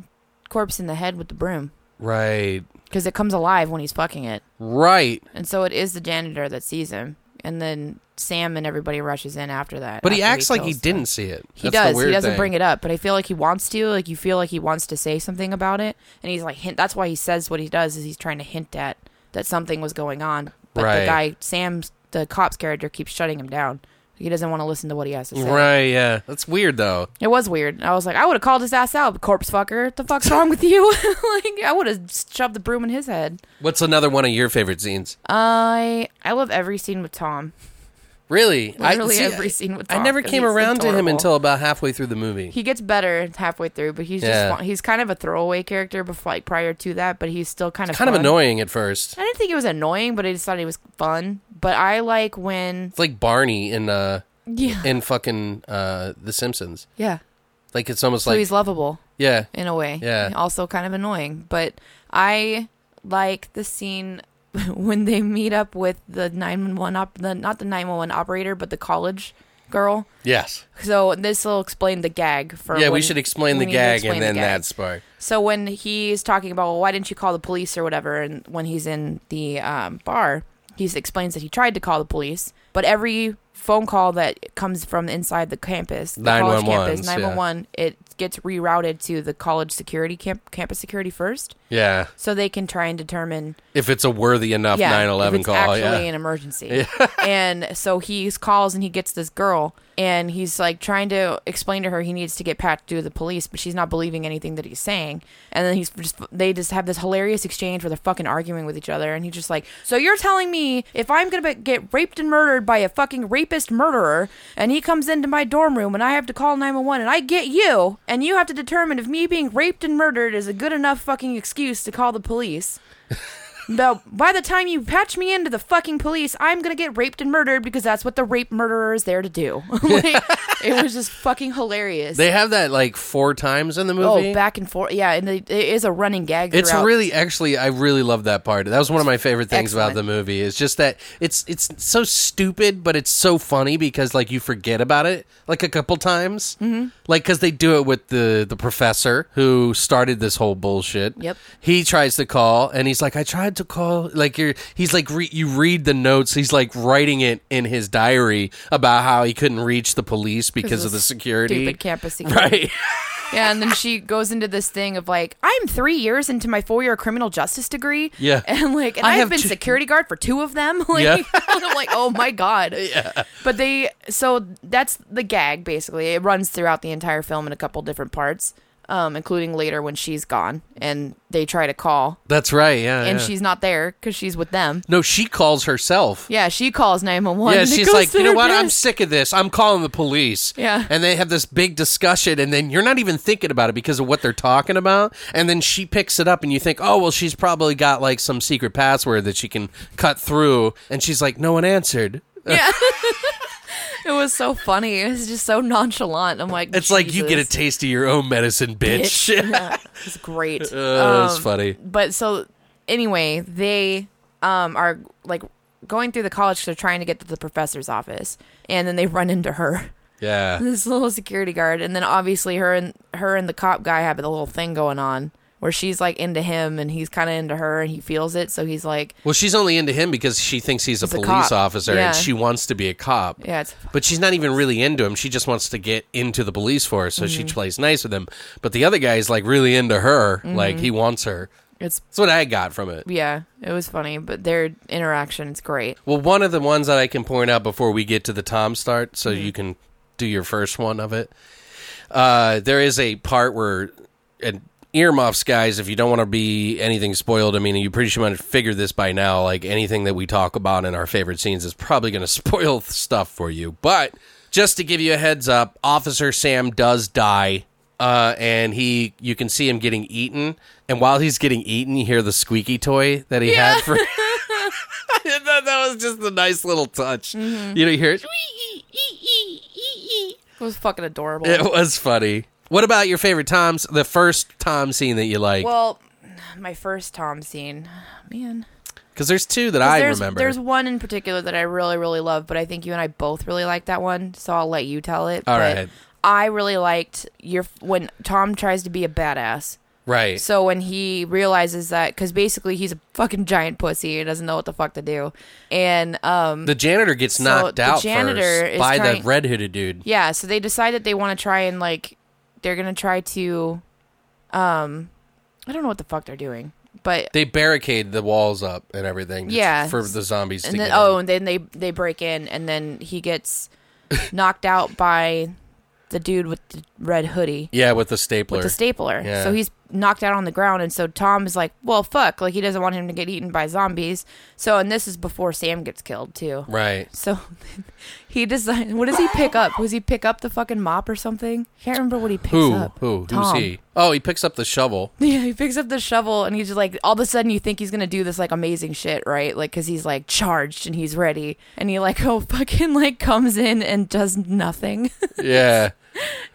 C: corpse in the head with the broom
B: right,
C: because it comes alive when he's fucking it.
B: right.
C: And so it is the janitor that sees him. And then Sam and everybody rushes in after that.
B: But he
C: after
B: acts like he
C: kills them.
B: didn't see it.
C: He
B: That's the
C: does.
B: weird
C: He doesn't
B: thing.
C: bring it up, but I feel like he wants to. Like you feel like he wants to say something about it, and he's like hint. That's why he says what he does is he's trying to hint at that something was going on. But
B: Right.
C: the guy Sam, the cop's character, keeps shutting him down. He doesn't want to listen to what he has to say.
B: Right, yeah. That's weird though.
C: It was weird. I was like, I would have called his ass out, corpse fucker. What the fuck's wrong with you? like I would have shoved the broom in his head.
B: What's another one of your favorite scenes?
C: I I love every scene with Tom.
B: Really?
C: Literally every scene with
B: I
C: Tom,
B: never
C: 'cause
B: came
C: he's
B: around to him
C: adorable.
B: until about halfway through the movie.
C: He gets better halfway through, but he's
B: Yeah.
C: just he's kind of a throwaway character before like prior to that, but he's still kind of
B: kind of
C: fun.
B: annoying at first.
C: I didn't think it was annoying, but I just thought it was fun. But I like when
B: It's like Barney in uh
C: yeah,
B: in fucking uh The Simpsons.
C: yeah.
B: Like it's almost
C: So
B: like
C: he's lovable
B: yeah.
C: in a way.
B: Yeah.
C: Also kind of annoying, but I like the scene when they meet up with the nine one op the not the nine one one operator, but the college girl.
B: Yes.
C: So this will explain the gag for
B: Yeah, we
C: when-
B: should explain the
C: we need to
B: gag
C: explain
B: and
C: the
B: then
C: gag.
B: that's part.
C: So when he's talking about, well, why didn't you call the police or whatever, and when he's in the um, bar, he explains that he tried to call the police, but every phone call that comes from inside the campus, the college
B: 911s,
C: campus,
B: yeah.
C: 911, it gets rerouted to the college security camp, campus security first,
B: Yeah.
C: so they can try and determine
B: If it's a worthy enough
C: yeah,
B: nine eleven
C: if it's
B: call,
C: actually
B: yeah.
C: an emergency. and so he calls and he gets this girl, and he's like trying to explain to her he needs to get Pat to the police, but she's not believing anything that he's saying. And then he's just they just have this hilarious exchange where they're fucking arguing with each other, and he's just like, "So you're telling me if I'm gonna be- get raped and murdered by a fucking rapist murderer, and he comes into my dorm room and I have to call 911 and I get you, and you have to determine if me being raped and murdered is a good enough fucking excuse to call the police?" Now, by the time you patch me into the fucking police, I'm gonna get raped and murdered because that's what the rape murderer is there to do. like, it was just fucking hilarious.
B: They have that like four times in the movie.
C: oh, back and forth. Yeah, and they, it is a running gag.
B: It's
C: throughout.
B: really actually I really love that part. That was one of my favorite things about
C: Excellent.
B: the movie. It's just that it's it's so stupid but it's so funny because like you forget about it like a couple times. Mm-hmm. Like cuz they do it with the the professor who started this whole bullshit.
C: Yep.
B: He tries to call and he's like I tried to call like you're he's like re- you read the notes he's like writing it in his diary about how he couldn't reach the police because of
C: of
B: the security.
C: stupid campus security.
B: Right.
C: Yeah, and then she goes into this thing of like, I'm three years into my four year criminal justice degree.
B: Yeah.
C: And like, and
B: I
C: I have
B: have
C: been
B: two-
C: security guard for two of them. Like,
B: Yeah.
C: I'm like, oh my God. Yeah. But they, so that's the gag basically. It runs throughout the entire film in a couple different parts, um, including later when she's gone and they try to call
B: That's right. Yeah.
C: and
B: yeah.
C: she's not there because she's with them.
B: No, she calls herself.
C: Yeah, she calls 911.
B: Yeah,
C: and it
B: she's
C: goes
B: like,
C: to
B: you know
C: her
B: what? I'm
C: desk."
B: sick of this. I'm calling the police.
C: Yeah.
B: And they have this big discussion, and then you're not even thinking about it because of what they're talking about. And then she picks it up, and you think, oh, well, she's probably got like some secret password that she can cut through. And she's like, no one answered.
C: It was so funny. It was just so nonchalant. I'm like,
B: It's like you get a
C: "Jesus."
B: taste of your own medicine, bitch.
C: Yeah, it's great.
B: Uh,
C: Um,
B: that's funny.
C: but so anyway, they um are like going through the college. They're trying to get to the professor's office, and then they run into her,
B: Yeah.
C: this little security guard, and then obviously her and her and the cop guy have a little thing going on where she's like into him and he's kind of into her and he feels it, so he's like,
B: Well, she's only into him because she thinks he's a
C: a
B: police
C: cop.
B: officer
C: Yeah.
B: and she wants to be a cop.
C: yeah, it's
B: But she's not even really into him. She just wants to get into the police force, so she plays nice with him. But the other guy is like really into her. Like he wants her.
C: it's
B: That's what I got from it.
C: yeah, it was funny, but their interaction is great.
B: Well, one of the ones that I can point out before we get to the Tom start, so you can do your first one of it. Uh, there is a part where, and earmuffs, guys, if you don't want to be anything spoiled, I mean, you pretty much figure this by now. Like anything that we talk about in our favorite scenes is probably going to spoil stuff for you. But just to give you a heads up, Officer Sam does die. Uh, and he, you can see him getting eaten. And while he's getting eaten, you hear the squeaky toy that he had for I thought that was just a nice little touch.
C: Mm-hmm.
B: You know, you hear it.
C: It was fucking adorable.
B: It was funny. What about your favorite Tom's? The first Tom scene that you like?
C: well, my first Tom scene, man.
B: because there's two that I
C: there's,
B: remember.
C: There's one in particular that I really, really love, but I think you and I both really like that one, so I'll let you tell it.
B: All
C: but
B: right.
C: I really liked your when Tom tries to be a badass.
B: right.
C: So when he realizes that, because basically he's a fucking giant pussy and doesn't know what the fuck to do, and um,
B: the janitor gets
C: so
B: knocked
C: the
B: out
C: janitor
B: first
C: is
B: by the
C: trying-
B: red hooded dude.
C: yeah, so they decide that they want to try and like they're gonna try to, um, I don't know what the fuck they're doing, but
B: They barricade the walls up and everything. to-
C: Yeah.
B: For the zombies to
C: and then
B: get
C: oh,
B: in.
C: and then they they break in, and then he gets knocked out by the dude with the red hoodie
B: Yeah, with the stapler.
C: with the stapler.
B: Yeah.
C: So he's knocked out on the ground, and so Tom is like, "Well, fuck!" Like he doesn't want him to get eaten by zombies. So, and this is before Sam gets killed too.
B: right.
C: So he decided. What does he pick up? Was he pick up the fucking mop or something? Can't remember what he picks
B: Who?
C: up.
B: Who?
C: Tom.
B: Who's he? Oh, he picks up the shovel.
C: Yeah, he picks up the shovel and he's just like, all of a sudden you think he's gonna do this like amazing shit, right? Like, cause he's like charged and he's ready, and he like oh fucking like comes in and does nothing.
B: Yeah.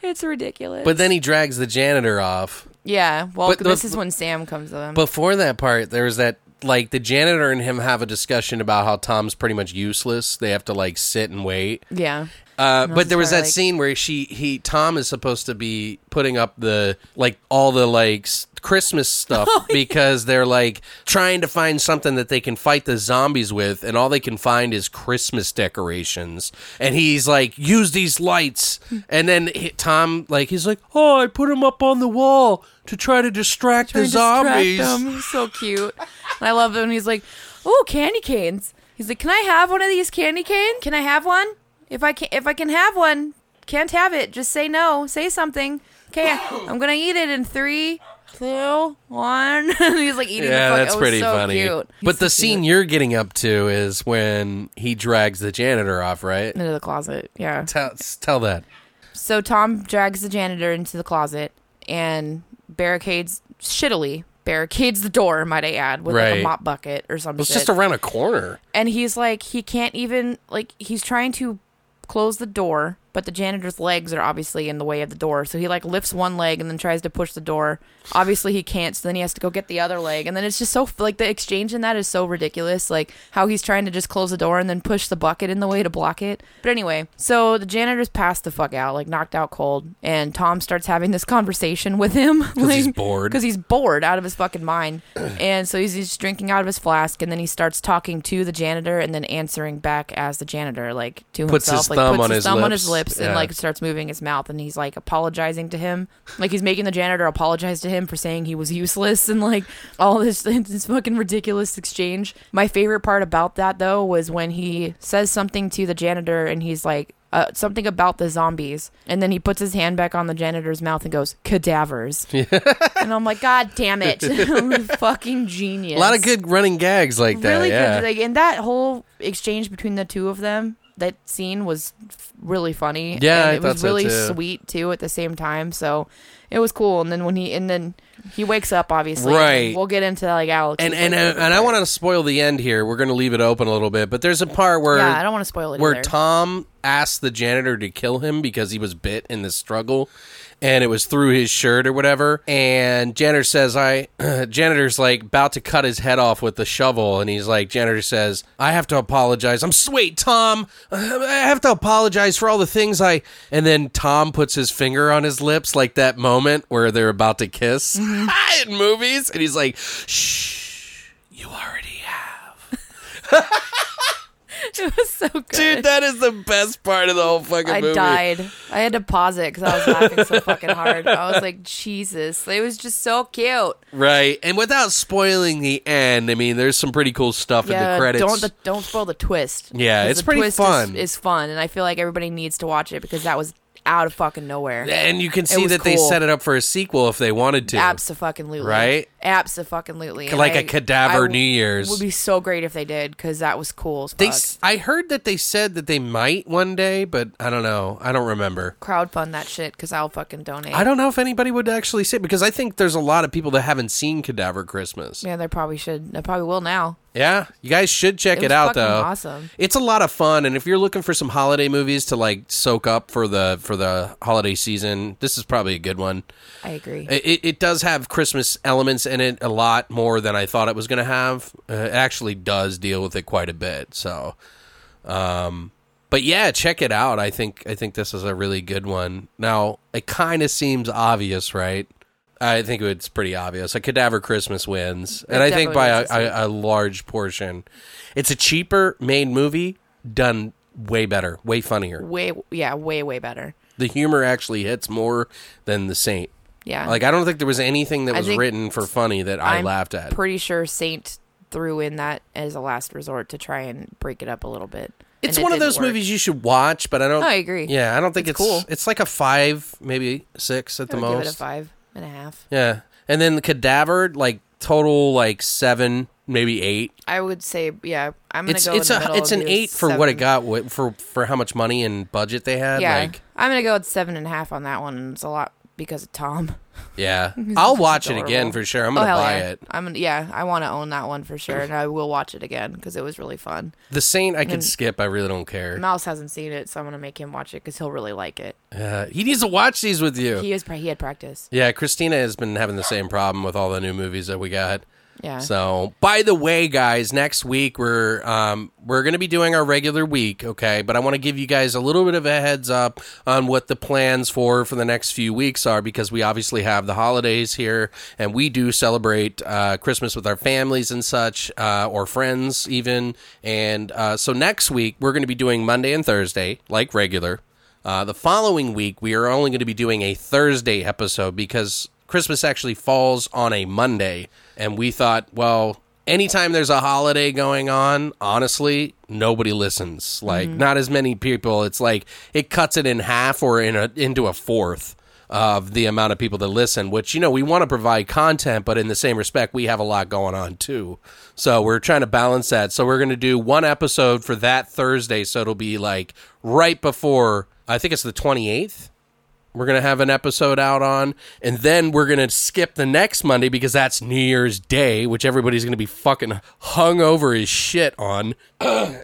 C: it's ridiculous.
B: But then he drags the janitor off.
C: yeah, well,
B: But the-
C: this is when Sam comes to them.
B: Before that part, there was that like the janitor and him have a discussion about how Tom's pretty much useless. They have to like sit and wait.
C: yeah,
B: Uh,
C: No,
B: but there was
C: sorry,
B: that
C: like-
B: scene where she he Tom is supposed to be putting up the like all the like s- Christmas stuff because they're like trying to find something that they can fight the zombies with and all they can find is Christmas decorations and he's like use these lights and then he, Tom like he's like oh I put them up on the wall to try to distract the zombies
C: Them. So cute. and I love when he's like, oh, candy canes. He's like, can I have one of these candy canes? Can I have one? If I can, if I can have one, can't have it. Just say no. Say something. Okay, I'm gonna eat it in three, two, one. And he's like eating.
B: Yeah,
C: the fuck.
B: that's
C: it was
B: pretty
C: so
B: funny.
C: Cute.
B: But the scene you're getting up to is when he drags the janitor off, right?
C: into the closet. Yeah.
B: Tell, tell that.
C: So Tom drags the janitor into the closet and barricades shittily barricades the door. Might I add with like
B: Right.
C: a mop bucket or something.
B: It's just around a corner.
C: and he's like he can't even like he's trying to close the door but the janitor's legs are obviously in the way of the door so he like lifts one leg and then tries to push the door obviously he can't so then he has to go get the other leg and then it's just so like the exchange in that is so ridiculous like how he's trying to just close the door and then push the bucket in the way to block it but anyway so the janitor's passed the fuck out like knocked out cold and tom starts having this conversation with him like
B: he's bored.
C: because he's bored out of his fucking mind. And so he's just drinking out of his flask, and then he starts talking to the janitor, and then answering back as the janitor, like to
B: Puts
C: himself,
B: his
C: like
B: thumb
C: puts
B: on
C: his
B: his
C: thumb on his
B: lips.
C: lips, and
B: Yeah.
C: like starts moving his mouth, and he's like apologizing to him, like he's making the janitor apologize to him for saying he was useless, and like all this this fucking ridiculous exchange. My favorite part about that though was when he says something to the janitor, and he's like. Uh, something about the zombies, and then he puts his hand back on the janitor's mouth and goes, "Cadavers." And I'm like, God damn it. Fucking genius.
B: A lot of good running gags like that.
C: Really
B: yeah.
C: good. Like, and that whole exchange between the two of them, that scene was f- really funny.
B: Yeah,
C: And
B: I
C: it
B: thought
C: was
B: so,
C: really
B: too.
C: sweet too at the same time. So it was cool. And then when he and then he wakes up, obviously.
B: Right.
C: We'll get into like Alex.
B: and and uh, and I want to spoil the end here. We're going to leave it open a little bit, but there's a part where
C: Yeah, I don't want to spoil it.
B: where
C: either.
B: Tom asked the janitor to kill him because he was bit in this struggle, and it was through his shirt or whatever. And janitor says, "I." janitor's like about to cut his head off with the shovel, and he's like, janitor says, "I have to apologize. I'm sweet, Tom. I have to apologize for all the things I." And then Tom puts his finger on his lips, like that moment where they're about to kiss in movies, and he's like, "Shh, you already." have."
C: it was so good.
B: Dude, that is the best part of the whole fucking
C: I
B: movie.
C: died. I had to pause it because I was laughing so fucking hard. I was like, Jesus. It was just so cute.
B: Right. And without spoiling the end, I mean, there's some pretty cool stuff in the credits.
C: Don't the, don't spoil the twist.
B: Yeah,
C: 'Cause
B: it's
C: the
B: pretty
C: twist
B: fun.
C: Is, is fun, and I feel like everybody needs to watch it because that was out of fucking nowhere.
B: and you can see
C: was
B: that they
C: cool.
B: set it up for a sequel if they wanted to.
C: Absolutely,
B: Right?
C: Absolutely,
B: Like a cadaver New Year's.
C: would be so great if they did because that was cool. As
B: They,
C: fuck.
B: s- I heard that they said that they might one day, but I don't know. I don't remember.
C: crowdfund that shit because I'll fucking donate.
B: I don't know if anybody would actually see it because I think there's a lot of people that haven't seen Cadaver Christmas.
C: yeah, they probably should. They probably will now.
B: Yeah, you guys should check it,
C: It was
B: out
C: fucking
B: though.
C: awesome.
B: It's a lot of fun, and if you're looking for some holiday movies to like soak up for the for the holiday season, this is probably a good one.
C: I agree.
B: It, it- it does have Christmas elements in it a lot more than I thought it was going to have. Uh, it actually does deal with it quite a bit. So, um, but yeah, check it out. I think I think this is a really good one. Now, it kind of seems obvious, right? I think it's pretty obvious. A Cadaver Christmas wins, and I think
C: definitely
B: by a,
C: wins this
B: a, a large portion. It's a cheaper made movie done way better, way funnier.
C: way yeah, way way better.
B: The humor actually hits more than The Saint.
C: Yeah.
B: Like I don't think there was anything that
C: I
B: was
C: think
B: written for funny that I
C: I'm
B: laughed at.
C: Pretty sure Saint threw in that as a last resort to try and break it up a little bit.
B: it's
C: and it
B: one of
C: didn't
B: those
C: work.
B: movies you should watch, but I don't.
C: No, I agree.
B: Yeah, I don't think it's
C: It's
B: cool.
C: cool.
B: It's like a five, maybe six at the
C: I would
B: most.
C: Give it a five and a half.
B: Yeah, and then the cadaver, like total, like seven, maybe eight.
C: I would say yeah. I'm gonna
B: It's
C: go.
B: it's
C: in the
B: a
C: middle
B: it's
C: of
B: an
C: your
B: eight for what it
C: seven.
B: got wi- for for how much money and budget they had.
C: Yeah,
B: Like,
C: I'm gonna go with seven and a half on that one. and It's a lot because of Tom.
B: yeah, I'll watch it
C: adorable.
B: again for sure. I'm
C: Oh
B: gonna
C: hell
B: buy
C: yeah!
B: it.
C: I'm gonna, yeah. I want to own that one for sure, and I will watch it again because it was really fun.
B: The Saint, I could skip. I really don't care.
C: Mouse hasn't seen it, so I'm gonna make him watch it because he'll really like it.
B: Uh, he needs to watch these with you.
C: He is. pra- He had practice.
B: yeah, Christina has been having the same problem with all the new movies that we got.
C: Yeah.
B: So, by the way, guys, next week we're um, we're going to be doing our regular week, okay? But I want to give you guys a little bit of a heads up on what the plans for for the next few weeks are, because we obviously have the holidays here, and we do celebrate uh, Christmas with our families and such, uh, or friends even. And uh, so next week we're going to be doing Monday and Thursday like regular. Uh, the following week, we are only going to be doing a Thursday episode because Christmas actually falls on a Monday. And we thought, well, anytime there's a holiday going on, honestly, nobody listens. Like, not as many people. It's like it cuts it in half or in a, into a fourth of the amount of people that listen, which, you know, we want to provide content, but in the same respect, we have a lot going on too. So we're trying to balance that. So we're going to do one episode for that Thursday. So it'll be like right before, I think it's the 28th. We're going to have an episode out on. And then we're going to skip the next Monday because that's New Year's Day, which everybody's going to be fucking hung over as shit on.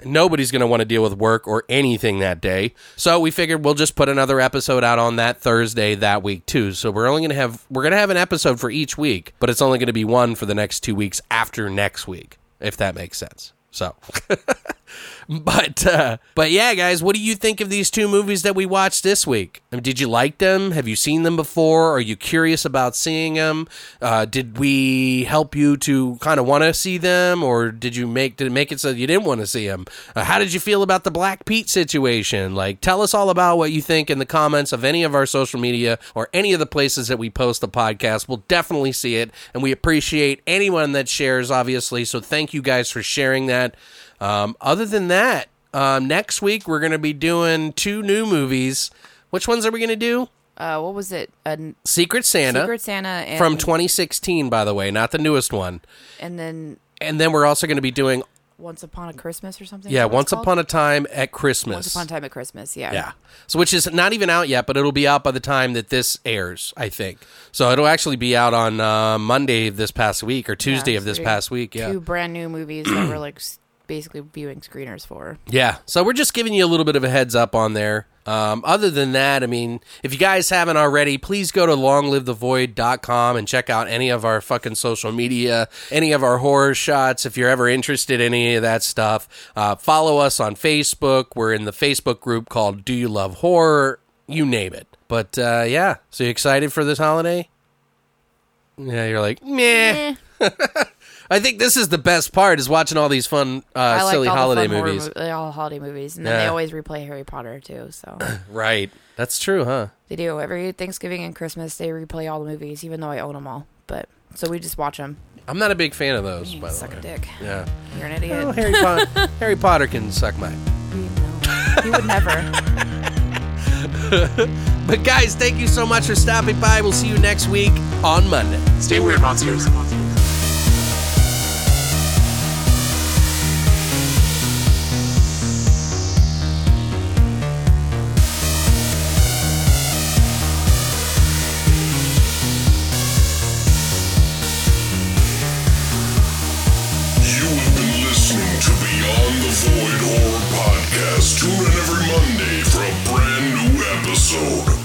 B: Nobody's going to want to deal with work or anything that day. So we figured we'll just put another episode out on that Thursday that week too. So we're only going to have we're going to have an episode for each week, but it's only going to be one for the next 2 weeks after next week, if that makes sense. So but uh, but yeah, guys, what do you think of these two movies that we watched this week? I mean, did you like them? Have you seen them before? Are you curious about seeing them? Uh, did we help you to kind of want to see them, or did you make did it make it so you didn't want to see them? Uh, how did you feel about the Black Pete situation? Like, tell us all about what you think in the comments of any of our social media or any of the places that we post the podcast. We'll definitely see it, and we appreciate anyone that shares, obviously. So thank you guys for sharing that. Um, other than that, um, next week we're going to be doing two new movies. Which ones are we going to do?
C: Uh, what was it? A n-
B: Secret Santa
C: Secret Santa and
B: from 2016, by the way, not the newest one.
C: and then
B: And then we're also going to be doing,
C: Once Upon a Christmas or something.
B: yeah, Once Upon a Time at Christmas.
C: Once Upon a Time at Christmas. Yeah.
B: Yeah. So, which is not even out yet, but it'll be out by the time that this airs, I think. So it'll actually be out on uh, Monday of this past week or Tuesday of
C: so
B: this
C: we-
B: past week. Yeah.
C: Two brand new movies that we're like s- basically viewing screeners for.
B: Yeah. So we're just giving you a little bit of a heads up on there. Um, other than that, I mean, if you guys haven't already, please go to longlivethevoid.com and check out any of our fucking social media, any of our horror shots if you're ever interested in any of that stuff. Uh, follow us on Facebook. We're in the Facebook group called Do You Love Horror? You name it. But uh, yeah, so you excited for this holiday? Yeah, you're like, meh.
C: Eh,
B: I think this is the best part is watching all these fun, uh,
C: I like
B: silly
C: all
B: holiday
C: the fun horror
B: movies.
C: mov- uh, all the holiday movies, and then they
B: Yeah.
C: always replay Harry Potter too. So
B: Right. That's true, huh?
C: they do every Thanksgiving and Christmas. They replay all the movies, even though I own them all. But so we just watch them.
B: I'm not a big fan of those, by the
C: Suck
B: way.
C: a dick.
B: Yeah.
C: You're an idiot.
B: Well, Harry, Potter, Harry Potter can suck my.
C: No, he would never.
B: But guys, thank you so much for stopping by. We'll see you next week on Monday.
D: Stay weird, monsters.
A: You have been Void Horror Podcast. Tune in every Monday for a brand new episode.